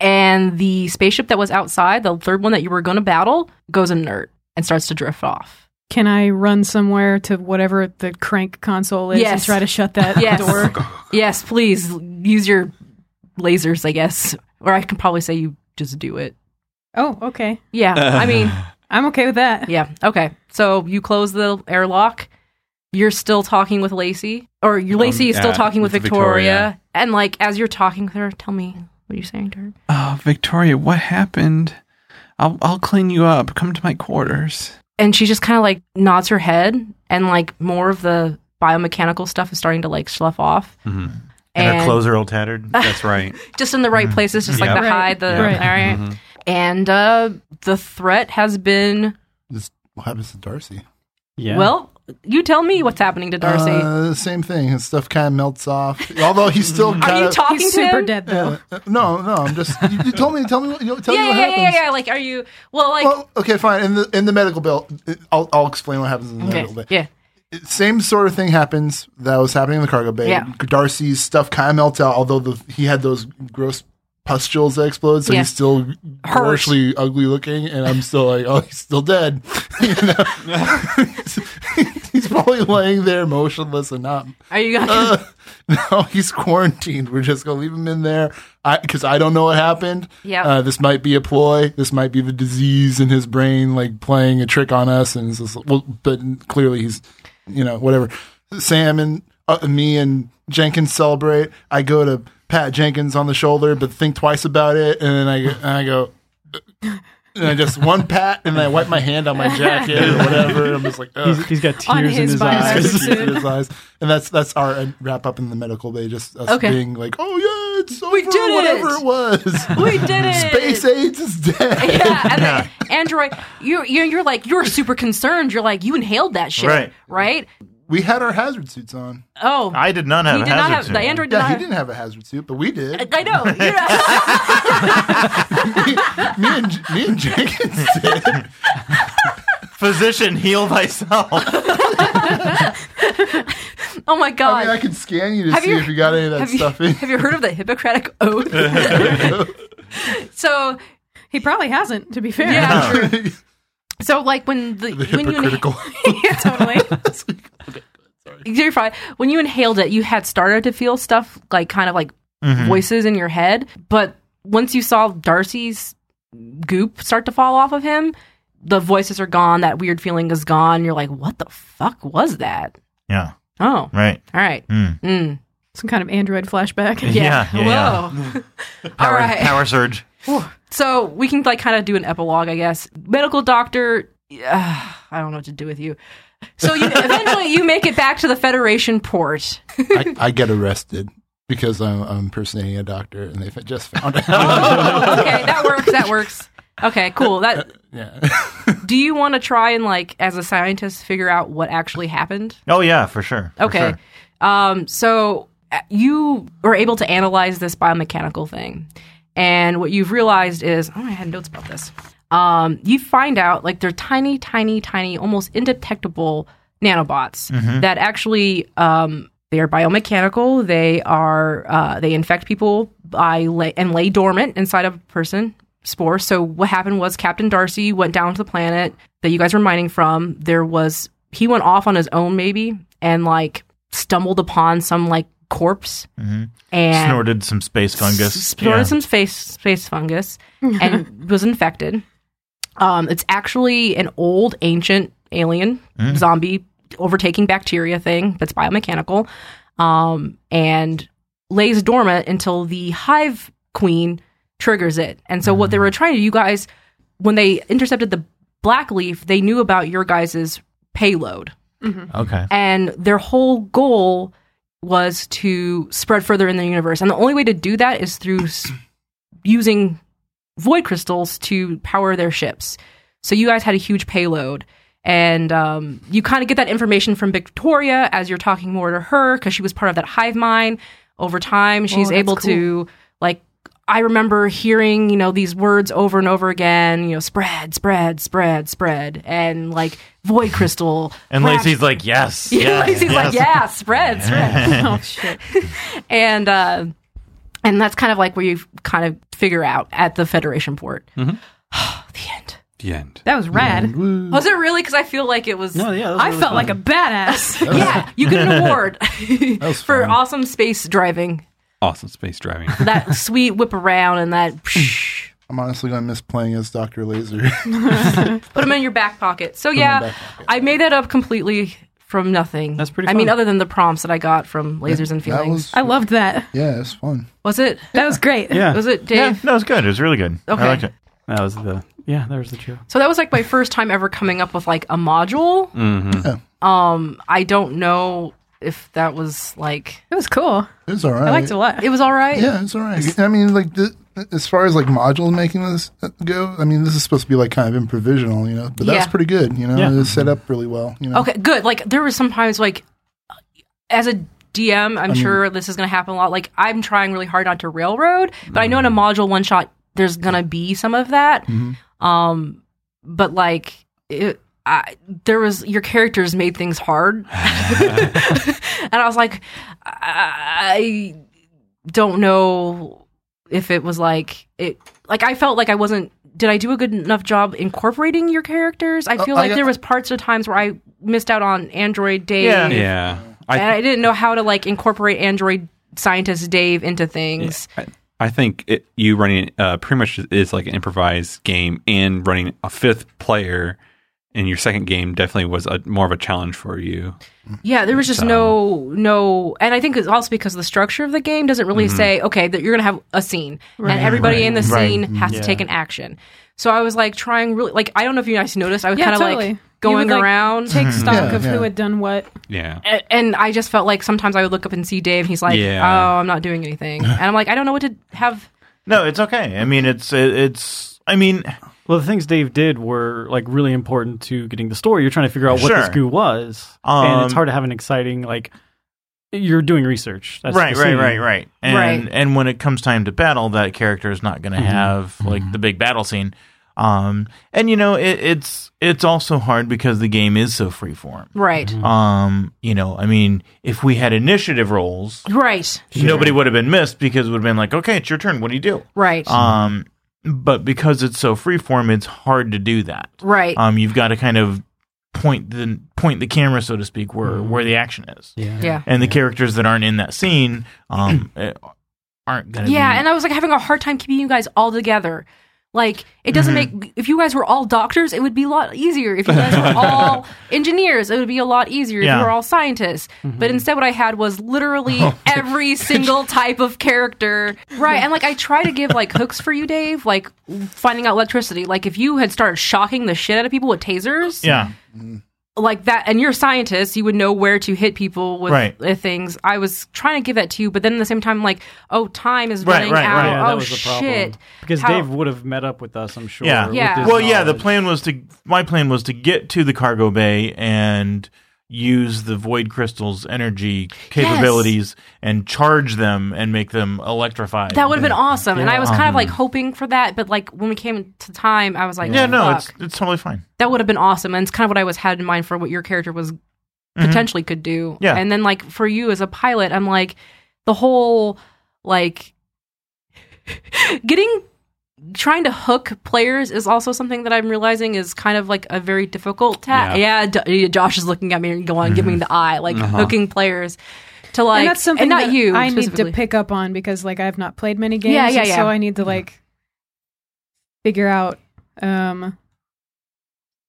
Speaker 1: and the spaceship that was outside, the third one that you were going to battle, goes inert and starts to drift off.
Speaker 3: Can I run somewhere to whatever the crank console is and
Speaker 1: Yes.
Speaker 3: try to shut that
Speaker 1: Yes.
Speaker 3: door?
Speaker 1: Yes, please use your lasers, I guess. Or I can probably say you just do it.
Speaker 3: Oh, okay.
Speaker 1: Yeah, I mean,
Speaker 3: I'm okay with that.
Speaker 1: Yeah. Okay. So you close the airlock. You're still talking with Lacey, or
Speaker 2: Um,
Speaker 1: you Lacey is still
Speaker 6: yeah,
Speaker 1: talking with
Speaker 6: with
Speaker 1: Victoria.
Speaker 6: Victoria.
Speaker 1: And like as you're talking with her, tell me what are you saying to her.
Speaker 6: Oh, Victoria, what happened? I'll I'll clean you up. Come to my quarters.
Speaker 1: And she just kind of like nods her head, and like more of the biomechanical stuff is starting to like slough off,
Speaker 6: Mm-hmm.
Speaker 2: And, her clothes are Mm-hmm. all tattered.
Speaker 6: That's right.
Speaker 1: just in the right places, just
Speaker 6: Yeah.
Speaker 1: like the
Speaker 3: Right,
Speaker 1: hide, the
Speaker 3: right.
Speaker 1: all
Speaker 2: Mm-hmm.
Speaker 1: right. And uh, the threat has been
Speaker 4: this, what happens to Darcy?
Speaker 5: Yeah.
Speaker 1: well. You tell me what's happening to Darcy.
Speaker 4: Uh, same thing. His stuff kind of melts off. Although uh, he's still kind
Speaker 1: are you
Speaker 4: of.
Speaker 1: talking
Speaker 3: He's
Speaker 1: to him?
Speaker 3: super dead though.
Speaker 4: Uh, uh, no, no. I'm just. You, you told me. Tell me. what- You know, tell me
Speaker 1: Yeah,
Speaker 4: what
Speaker 1: yeah, yeah,
Speaker 4: happens.
Speaker 1: yeah, yeah. Like, are you? Well, like,
Speaker 4: Well, okay, fine. In the in the medical bill, I'll I'll explain what happens in the medical bill.
Speaker 1: okay, yeah.
Speaker 4: Same sort of thing happens that was happening in the cargo bay.
Speaker 1: Yeah.
Speaker 4: Darcy's stuff kind of melts out, although the, he had those gross pustules that explode, so
Speaker 1: Yeah.
Speaker 4: he's still harshly ugly looking. And I'm still like, oh, he's still dead. You know? he's probably laying there motionless and not
Speaker 1: Are you gonna?
Speaker 4: uh, no, he's quarantined. We're just gonna leave him in there because I, don't know what happened.
Speaker 1: Yep.
Speaker 4: uh, this might be a ploy. This might be the disease in his brain, like playing a trick on us. And it's just, well, but clearly he's, you know, whatever. Sam and uh, me and Jenkins celebrate. I go to pat Jenkins on the shoulder, but think twice about it, and then I go- and I go. and I just one pat, and I wipe my hand on my jacket or whatever. I'm just like, ugh.
Speaker 5: He's, he's got
Speaker 3: On
Speaker 5: tears in
Speaker 3: his
Speaker 5: his
Speaker 3: biceps.
Speaker 5: eyes.
Speaker 4: Tears in his eyes. And that's that's our wrap up in the medical bay. Just us
Speaker 1: Okay.
Speaker 4: being like, oh yeah, it's over,
Speaker 1: did it.
Speaker 4: whatever it, was.
Speaker 1: We did it.
Speaker 4: Space AIDS is dead.
Speaker 1: Yeah, and then Android, you're, you're you're like you're super concerned. You're like you inhaled that shit,
Speaker 2: Right.
Speaker 1: Right?
Speaker 4: We had our hazard suits on.
Speaker 1: Oh,
Speaker 2: I did not have
Speaker 1: he
Speaker 2: a
Speaker 1: did
Speaker 2: hazard
Speaker 1: not have
Speaker 2: suit.
Speaker 1: the Android. Did
Speaker 4: Yeah, he
Speaker 1: not,
Speaker 4: didn't have a hazard suit, but we did.
Speaker 1: I know. you know.
Speaker 4: me and me and Jenkins did.
Speaker 2: Physician, heal thyself.
Speaker 1: oh my god.
Speaker 4: I mean, I can scan you to
Speaker 1: Have
Speaker 4: see
Speaker 1: you-
Speaker 4: if you got any of that
Speaker 1: have, you,
Speaker 4: stuff in.
Speaker 1: have you heard of the Hippocratic Oath? so
Speaker 3: He probably hasn't, to be fair.
Speaker 1: yeah, true. so like when the,
Speaker 4: the
Speaker 1: when you inha-
Speaker 4: hypocritical.
Speaker 3: Yeah, totally.
Speaker 1: you're fine. When you inhaled it, you had started to feel stuff like kind of like
Speaker 2: Mm-hmm.
Speaker 1: voices in your head, but once you saw Darcy's goop start to fall off of him, the voices are gone. That weird feeling is gone. You're like, what the fuck was that?
Speaker 2: yeah,
Speaker 1: Oh, all
Speaker 2: right.
Speaker 1: right.
Speaker 2: Mm.
Speaker 1: Mm.
Speaker 3: Some kind of android flashback.
Speaker 1: Yeah.
Speaker 2: Yeah, yeah, yeah.
Speaker 1: Whoa. all
Speaker 2: Power,
Speaker 1: right.
Speaker 2: power surge.
Speaker 1: So we can like kind of do an epilogue, I guess. Medical doctor, uh, I don't know what to do with you. So you eventually you make it back to the Federation port.
Speaker 4: I, I get arrested because I'm, I'm impersonating a doctor, and they just found out.
Speaker 1: okay, that works. That works. Okay, cool. That
Speaker 4: yeah,
Speaker 1: do you want to try and like as a scientist figure out what actually happened?
Speaker 2: Oh yeah, for sure. for
Speaker 1: Okay.
Speaker 2: sure.
Speaker 1: Um, so uh, you were able to analyze this biomechanical thing. And what you've realized is, oh, I had notes about this. Um, you find out like they're tiny, tiny, tiny, almost indetectable nanobots that actually um, they are biomechanical. They are uh, they infect people by lay, and lay dormant inside of a person spore. So what happened was Captain Darcy went down to the planet that you guys were mining from. There was he went off on his own maybe and like stumbled upon some like corpse and
Speaker 2: Snorted some space fungus.
Speaker 1: s- snorted some space space fungus and was infected. Um, it's actually an old, ancient alien
Speaker 2: Mm.
Speaker 1: zombie overtaking bacteria thing that's biomechanical, um, and lays dormant until the hive queen triggers it. And so, what
Speaker 2: Mm.
Speaker 1: they were trying to, you guys, when they intercepted the black leaf, they knew about your guys' payload
Speaker 2: Yeah. Okay.
Speaker 1: and their whole goal was to spread further in the universe. And the only way to do that is through s- using void crystals to power their ships. So you guys had a huge payload. And um, you kind of get that information from Victoria as you're talking more to her because she was part of that hive mind. Over time, she's
Speaker 3: that's
Speaker 1: able to, like, I remember hearing, you know, these words over and over again, you know, spread, spread, spread, spread, and like void crystal.
Speaker 2: And
Speaker 1: rash-
Speaker 2: Lacey's like, yes,
Speaker 1: yeah,
Speaker 2: yes,
Speaker 1: he's like,
Speaker 2: yes.
Speaker 1: yeah, spread, spread.
Speaker 3: oh, shit.
Speaker 1: and uh, and that's kind of like where you kind of figure out at the Federation port. the end.
Speaker 6: The end.
Speaker 3: That was rad.
Speaker 1: Was it really? Because I feel like it was.
Speaker 5: No, yeah, that was
Speaker 3: I
Speaker 5: really
Speaker 3: felt
Speaker 5: fun.
Speaker 3: like a badass.
Speaker 1: Yeah, you get an award
Speaker 4: was
Speaker 1: for
Speaker 4: fun.
Speaker 1: awesome space driving.
Speaker 6: Awesome space driving.
Speaker 1: That sweet whip around and that.
Speaker 4: I'm honestly going to miss playing as Doctor Laser.
Speaker 1: put them in your back pocket. So
Speaker 4: 'em in
Speaker 1: yeah,
Speaker 4: back pocket.
Speaker 1: I made that up completely from nothing.
Speaker 5: That's pretty
Speaker 1: I mean,
Speaker 5: fun.
Speaker 1: other than the prompts that I got from Lasers and
Speaker 4: that
Speaker 1: Feelings.
Speaker 4: was
Speaker 3: I loved that.
Speaker 4: yeah, it was fun.
Speaker 1: was it?
Speaker 3: That was great.
Speaker 5: Yeah.
Speaker 1: Was it Dave?
Speaker 2: Yeah, no, it was good. It was really good.
Speaker 1: Okay.
Speaker 2: I liked it.
Speaker 5: That was the yeah. There was the joke.
Speaker 1: So that was like my first time ever coming up with like a module. Um, I don't know if that was like
Speaker 3: It was cool.
Speaker 4: It was all right.
Speaker 3: I liked it a lot.
Speaker 1: it was all right.
Speaker 4: Yeah, it's all right. I mean, like the, as far as like module making this go, I mean, this is supposed to be like kind of improvisational, you know. But that was
Speaker 1: Yeah.
Speaker 4: pretty good, you know.
Speaker 5: Yeah.
Speaker 4: It was set up really well, you know.
Speaker 1: Okay, good. Like there was sometimes like as a DM, I'm sure this is gonna happen a lot. Like I'm trying really hard not to railroad, but I know in a module one shot there's gonna be some of that. Um, but like it. I, there was your characters made things hard, and I was like, I don't know if it was like it. Like I felt like I wasn't. Did I do a good enough job incorporating your characters? I feel
Speaker 4: Oh, I
Speaker 1: like
Speaker 4: got-
Speaker 1: there was parts of times where I missed out on Android Dave,
Speaker 2: Yeah.
Speaker 6: Yeah. I,
Speaker 1: and I didn't know how to like incorporate Android scientist Dave into things.
Speaker 6: I, I think it, you running uh, pretty much is like an improvised game and running a fifth player and your second game definitely was a, more of a challenge for you.
Speaker 1: Yeah, there was just no no, and I think it's also because the structure of the game doesn't really say okay that you're gonna have a scene and everybody in the
Speaker 2: Mm-hmm. Right.
Speaker 1: scene has
Speaker 5: Yeah.
Speaker 1: to take an action. So I was like trying really like I don't know if you guys noticed I was
Speaker 3: Yeah,
Speaker 1: kind of
Speaker 3: totally.
Speaker 1: like going
Speaker 3: You would, like,
Speaker 1: around
Speaker 3: Take stock
Speaker 4: Yeah,
Speaker 3: of
Speaker 4: yeah.
Speaker 3: who had done what.
Speaker 6: Yeah.
Speaker 1: and, and I just felt like sometimes I would look up and see Dave. He's like,
Speaker 6: Yeah.
Speaker 1: oh, I'm not doing anything, and I'm like, I don't know what to have.
Speaker 2: No, it's okay. I mean, it's it, it's. I mean,
Speaker 5: Well, the things Dave did were like really important to getting the story. You're trying to figure out what
Speaker 2: Sure.
Speaker 5: this goo was, and it's
Speaker 2: Um,
Speaker 5: hard to have an exciting like. You're doing research, That's
Speaker 2: right,
Speaker 5: the
Speaker 2: right,
Speaker 5: scene.
Speaker 2: right, right, and
Speaker 1: Right.
Speaker 2: and when it comes time to battle, that character is not going
Speaker 1: Mm-hmm.
Speaker 2: to have like the big battle scene. Um, and you know, it, it's it's also hard because the game is so freeform.
Speaker 1: Right,
Speaker 2: Um, you know, I mean, if we had initiative roles,
Speaker 1: right,
Speaker 2: nobody would have been missed because it would have been like, okay, it's your turn. What do you do?
Speaker 1: right,
Speaker 2: Um, but because it's so freeform, it's hard to do that.
Speaker 1: right.
Speaker 2: Um, you've got to kind of point the point the camera, so to speak, where where the action is,
Speaker 1: yeah.
Speaker 2: and the characters that aren't in that scene, um, eh, aren't gonna.
Speaker 1: Yeah,
Speaker 2: be,
Speaker 1: and I was like having a hard time keeping you guys all together. Like it doesn't make if you guys were all doctors, it would be a lot easier. If you guys were all engineers, it would be a lot easier. If
Speaker 2: Yeah.
Speaker 1: you were all scientists, but instead, what I had was literally every single type of character. Right, and like I try to give like hooks for you, Dave. Like finding out electricity. Like if you had started shocking the shit out of people with tasers,
Speaker 2: yeah,
Speaker 1: like that and you're a scientist you would know where to hit people with
Speaker 2: Right.
Speaker 1: uh, things i was trying to give that to you but then at the same time like oh time is
Speaker 2: Right,
Speaker 1: running
Speaker 2: right,
Speaker 1: out
Speaker 2: right.
Speaker 5: Yeah, that
Speaker 1: oh
Speaker 5: was the problem.
Speaker 1: shit
Speaker 5: Because
Speaker 1: How-
Speaker 5: Dave would have met up with us, I'm sure.
Speaker 2: Yeah.
Speaker 5: with
Speaker 1: Yeah.
Speaker 5: his
Speaker 2: well, yeah. The
Speaker 5: knowledge.
Speaker 2: plan was to my plan was to get to the cargo bay and use the void crystals' energy capabilities and charge them and make them electrified.
Speaker 1: that would have been awesome and i was kind of like hoping for that but like when we came to time i was like
Speaker 2: yeah, no,
Speaker 1: fuck.
Speaker 2: it's it's totally fine.
Speaker 1: that would have been awesome and it's kind of what i was had in mind for what your character was potentially could do
Speaker 2: Yeah.
Speaker 1: and then like for you as a pilot i'm like the whole like getting trying to hook players is also something that i'm realizing is kind of like a very difficult task yeah, D- yeah, josh is looking at me and going giving me the eye like hooking players to like
Speaker 3: and that's something
Speaker 1: and not
Speaker 3: that
Speaker 1: you
Speaker 3: I need to
Speaker 1: specifically.
Speaker 3: pick up on because like I've not played many games.
Speaker 1: Yeah, yeah,
Speaker 3: and
Speaker 1: yeah.
Speaker 3: So I need to like figure out um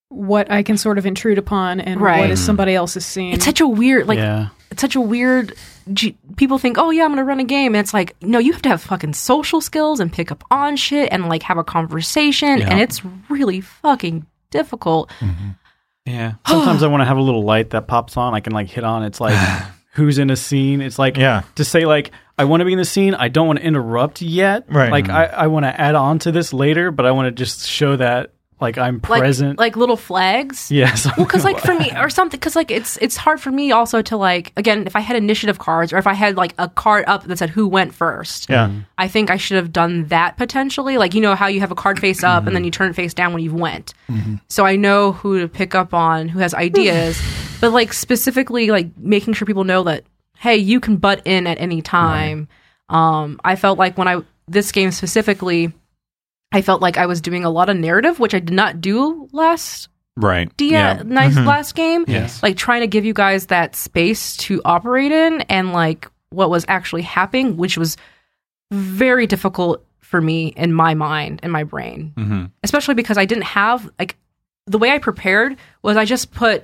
Speaker 3: what I can sort of intrude upon and
Speaker 1: Right.
Speaker 3: what is somebody else's seeing.
Speaker 1: it's such a weird like
Speaker 5: yeah.
Speaker 1: it's such a weird g- people think oh yeah i'm gonna run a game and it's like no you have to have fucking social skills and pick up on shit and like have a conversation
Speaker 6: Yeah.
Speaker 1: and it's really fucking difficult
Speaker 6: Yeah.
Speaker 5: Sometimes I want to have a little light that pops on. I can like hit on. It's like who's in a scene. It's like
Speaker 2: Yeah.
Speaker 5: to say like I want to be in the scene. I don't want to interrupt yet.
Speaker 2: Right. Mm-hmm.
Speaker 5: Like I, I want to add on to this later, but I want to just show that like I'm
Speaker 1: like
Speaker 5: present.
Speaker 1: like little flags
Speaker 5: yes.
Speaker 1: well because like for me or something because like it's it's hard for me also to like again if i had initiative cards or if i had like a card up that said who went first
Speaker 2: Yeah,
Speaker 1: i think i should have done that potentially like you know how you have a card face up and then you turn it face down when you've went so i know who to pick up on who has ideas but like specifically like making sure people know that hey you can butt in at any time um i felt like when i this game specifically i felt like i was doing a lot of narrative which i did not do last
Speaker 6: Right.
Speaker 1: Dia
Speaker 6: Yeah. Mm-hmm.
Speaker 1: nice last game.
Speaker 6: Yes.
Speaker 1: Like trying to give you guys that space to operate in and like what was actually happening, which was very difficult for me in my mind and my brain.
Speaker 6: Mhm.
Speaker 1: Especially because I didn't have like the way I prepared was I just put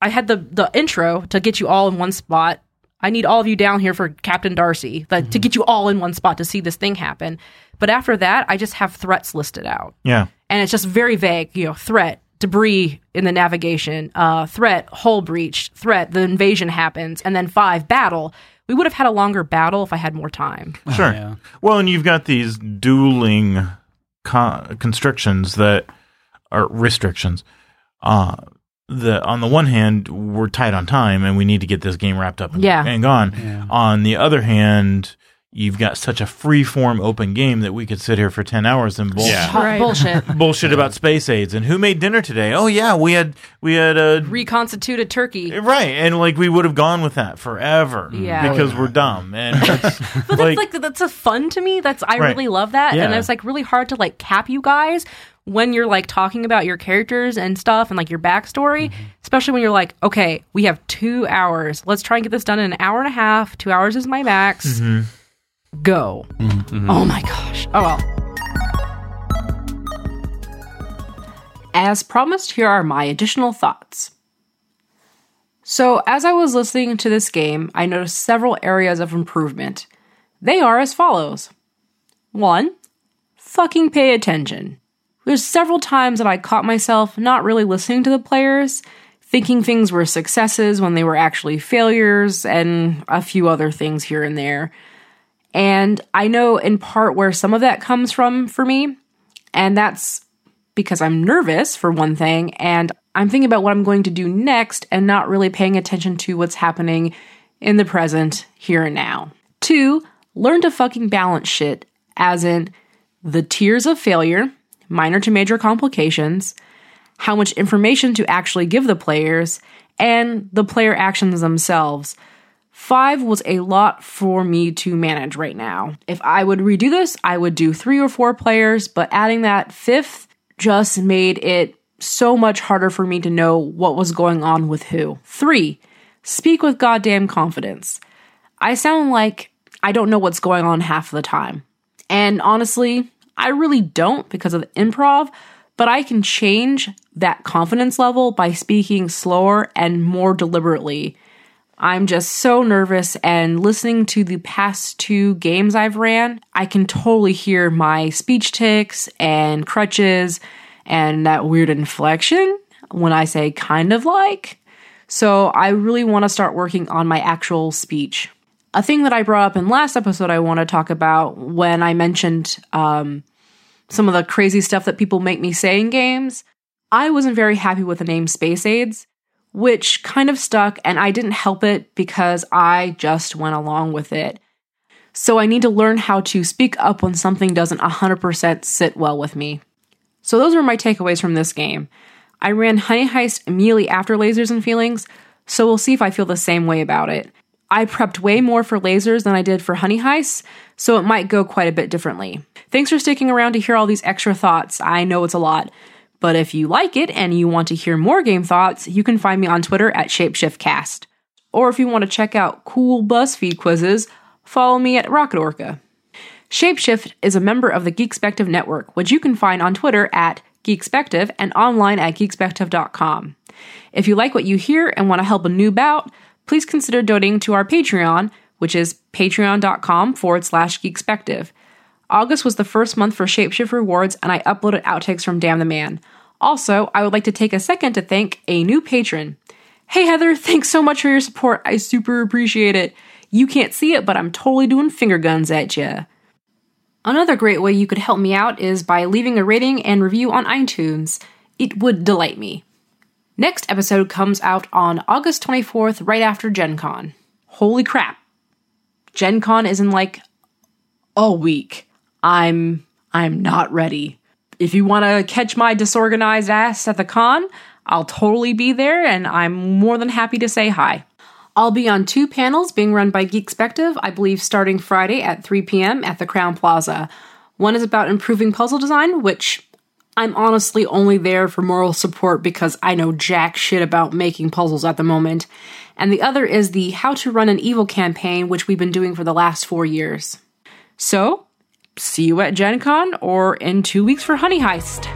Speaker 1: I had the the intro to get you all in one spot. I need all of you down here for Captain Darcy, like,
Speaker 6: Mm-hmm.
Speaker 1: to get you all in one spot to see this thing happen. But after that, I just have threats listed out
Speaker 2: yeah,
Speaker 1: and it's just very vague. You know, threat, debris in the navigation, uh, threat, hull breach, threat, the invasion happens, and then five, battle. We would have had a longer battle if I had more time.
Speaker 2: sure. Well, and you've got these dueling con- constrictions that are restrictions. Uh, the on the one hand, we're tight on time, and we need to get this game wrapped up and,
Speaker 1: Yeah.
Speaker 2: and gone. On the other hand, you've got such a free form open game that we could sit here for ten hours and bullshit.
Speaker 6: Yeah.
Speaker 1: Hot
Speaker 3: Right.
Speaker 1: Bullshit.
Speaker 2: Bullshit about space aids and who made dinner today? Oh yeah, we had we had a
Speaker 1: Reconstituted Turkey.
Speaker 2: right, and like we would have gone with that forever,
Speaker 1: Yeah.
Speaker 2: because we're dumb and it's,
Speaker 1: But that's like, that's a fun to me. That's I
Speaker 2: Right.
Speaker 1: really love that, and
Speaker 5: Yeah.
Speaker 1: it's like really hard to like cap you guys when you're like talking about your characters and stuff and like your backstory, especially when you're like, okay, we have two hours. Let's try and get this done in an hour and a half. Two hours is my max. Go. Oh my gosh. Oh well. As promised, here are my additional thoughts. So, as I was listening to this game, I noticed several areas of improvement. They are as follows 1. Fucking pay attention. There's several times that I caught myself not really listening to the players, thinking things were successes when they were actually failures, and a few other things here and there. And I know in part where some of that comes from for me, and that's because I'm nervous for one thing, and I'm thinking about what I'm going to do next and not really paying attention to what's happening in the present, here and now. Two, learn to fucking balance shit, as in the tiers of failure, minor to major complications, how much information to actually give the players, and the player actions themselves. Five was a lot for me to manage right now. If I would redo this, I would do three or four players, but adding that fifth just made it so much harder for me to know what was going on with who. Three, speak with goddamn confidence. I sound like I don't know what's going on half the time. And honestly, I really don't because of the improv, but I can change that confidence level by speaking slower and more deliberately. I'm just so nervous and listening to the past two games I've ran, I can totally hear my speech ticks and crutches and that weird inflection when I say kind of like. So I really want to start working on my actual speech. A thing that I brought up in last episode, I want to talk about when I mentioned um, some of the crazy stuff that people make me say in games. I wasn't very happy with the name Space Aids which kind of stuck, and I didn't help it because I just went along with it. So I need to learn how to speak up when something doesn't 100% sit well with me. So those were my takeaways from this game. I ran Honey Heist immediately after Lasers and Feelings, so we'll see if I feel the same way about it. I prepped way more for lasers than I did for honey heists, so it might go quite a bit differently. Thanks for sticking around to hear all these extra thoughts. I know it's a lot. But if you like it and you want to hear more game thoughts, you can find me on Twitter at ShapeshiftCast. Or if you want to check out cool BuzzFeed quizzes, follow me at Rocket Orca. Shapeshift is a member of the Geekspective Network, which you can find on Twitter at Geekspective and online at geekspective.com. If you like what you hear and want to help a noob out, please consider donating to our Patreon, which is patreon.com forward slash geekspective. August was the first month for Shapeshift Rewards, and I uploaded outtakes from Damn the Man. Also, I would like to take a second to thank a new patron. Hey Heather, thanks so much for your support. I super appreciate it. You can't see it, but I'm totally doing finger guns at ya. Another great way you could help me out is by leaving a rating and review on iTunes. It would delight me. Next episode comes out on August 24th, right after Gen Con. Holy crap! Gen Con is in like a week. I'm I'm not ready. If you want to catch my disorganized ass at the con, I'll totally be there and I'm more than happy to say hi. I'll be on two panels being run by Geekspective, I believe starting Friday at 3 p.m. at the Crown Plaza. One is about improving puzzle design, which I'm honestly only there for moral support because I know jack shit about making puzzles at the moment. And the other is the How to Run an Evil campaign, which we've been doing for the last four years. So, see you at Gen Con or in two weeks for Honey Heist.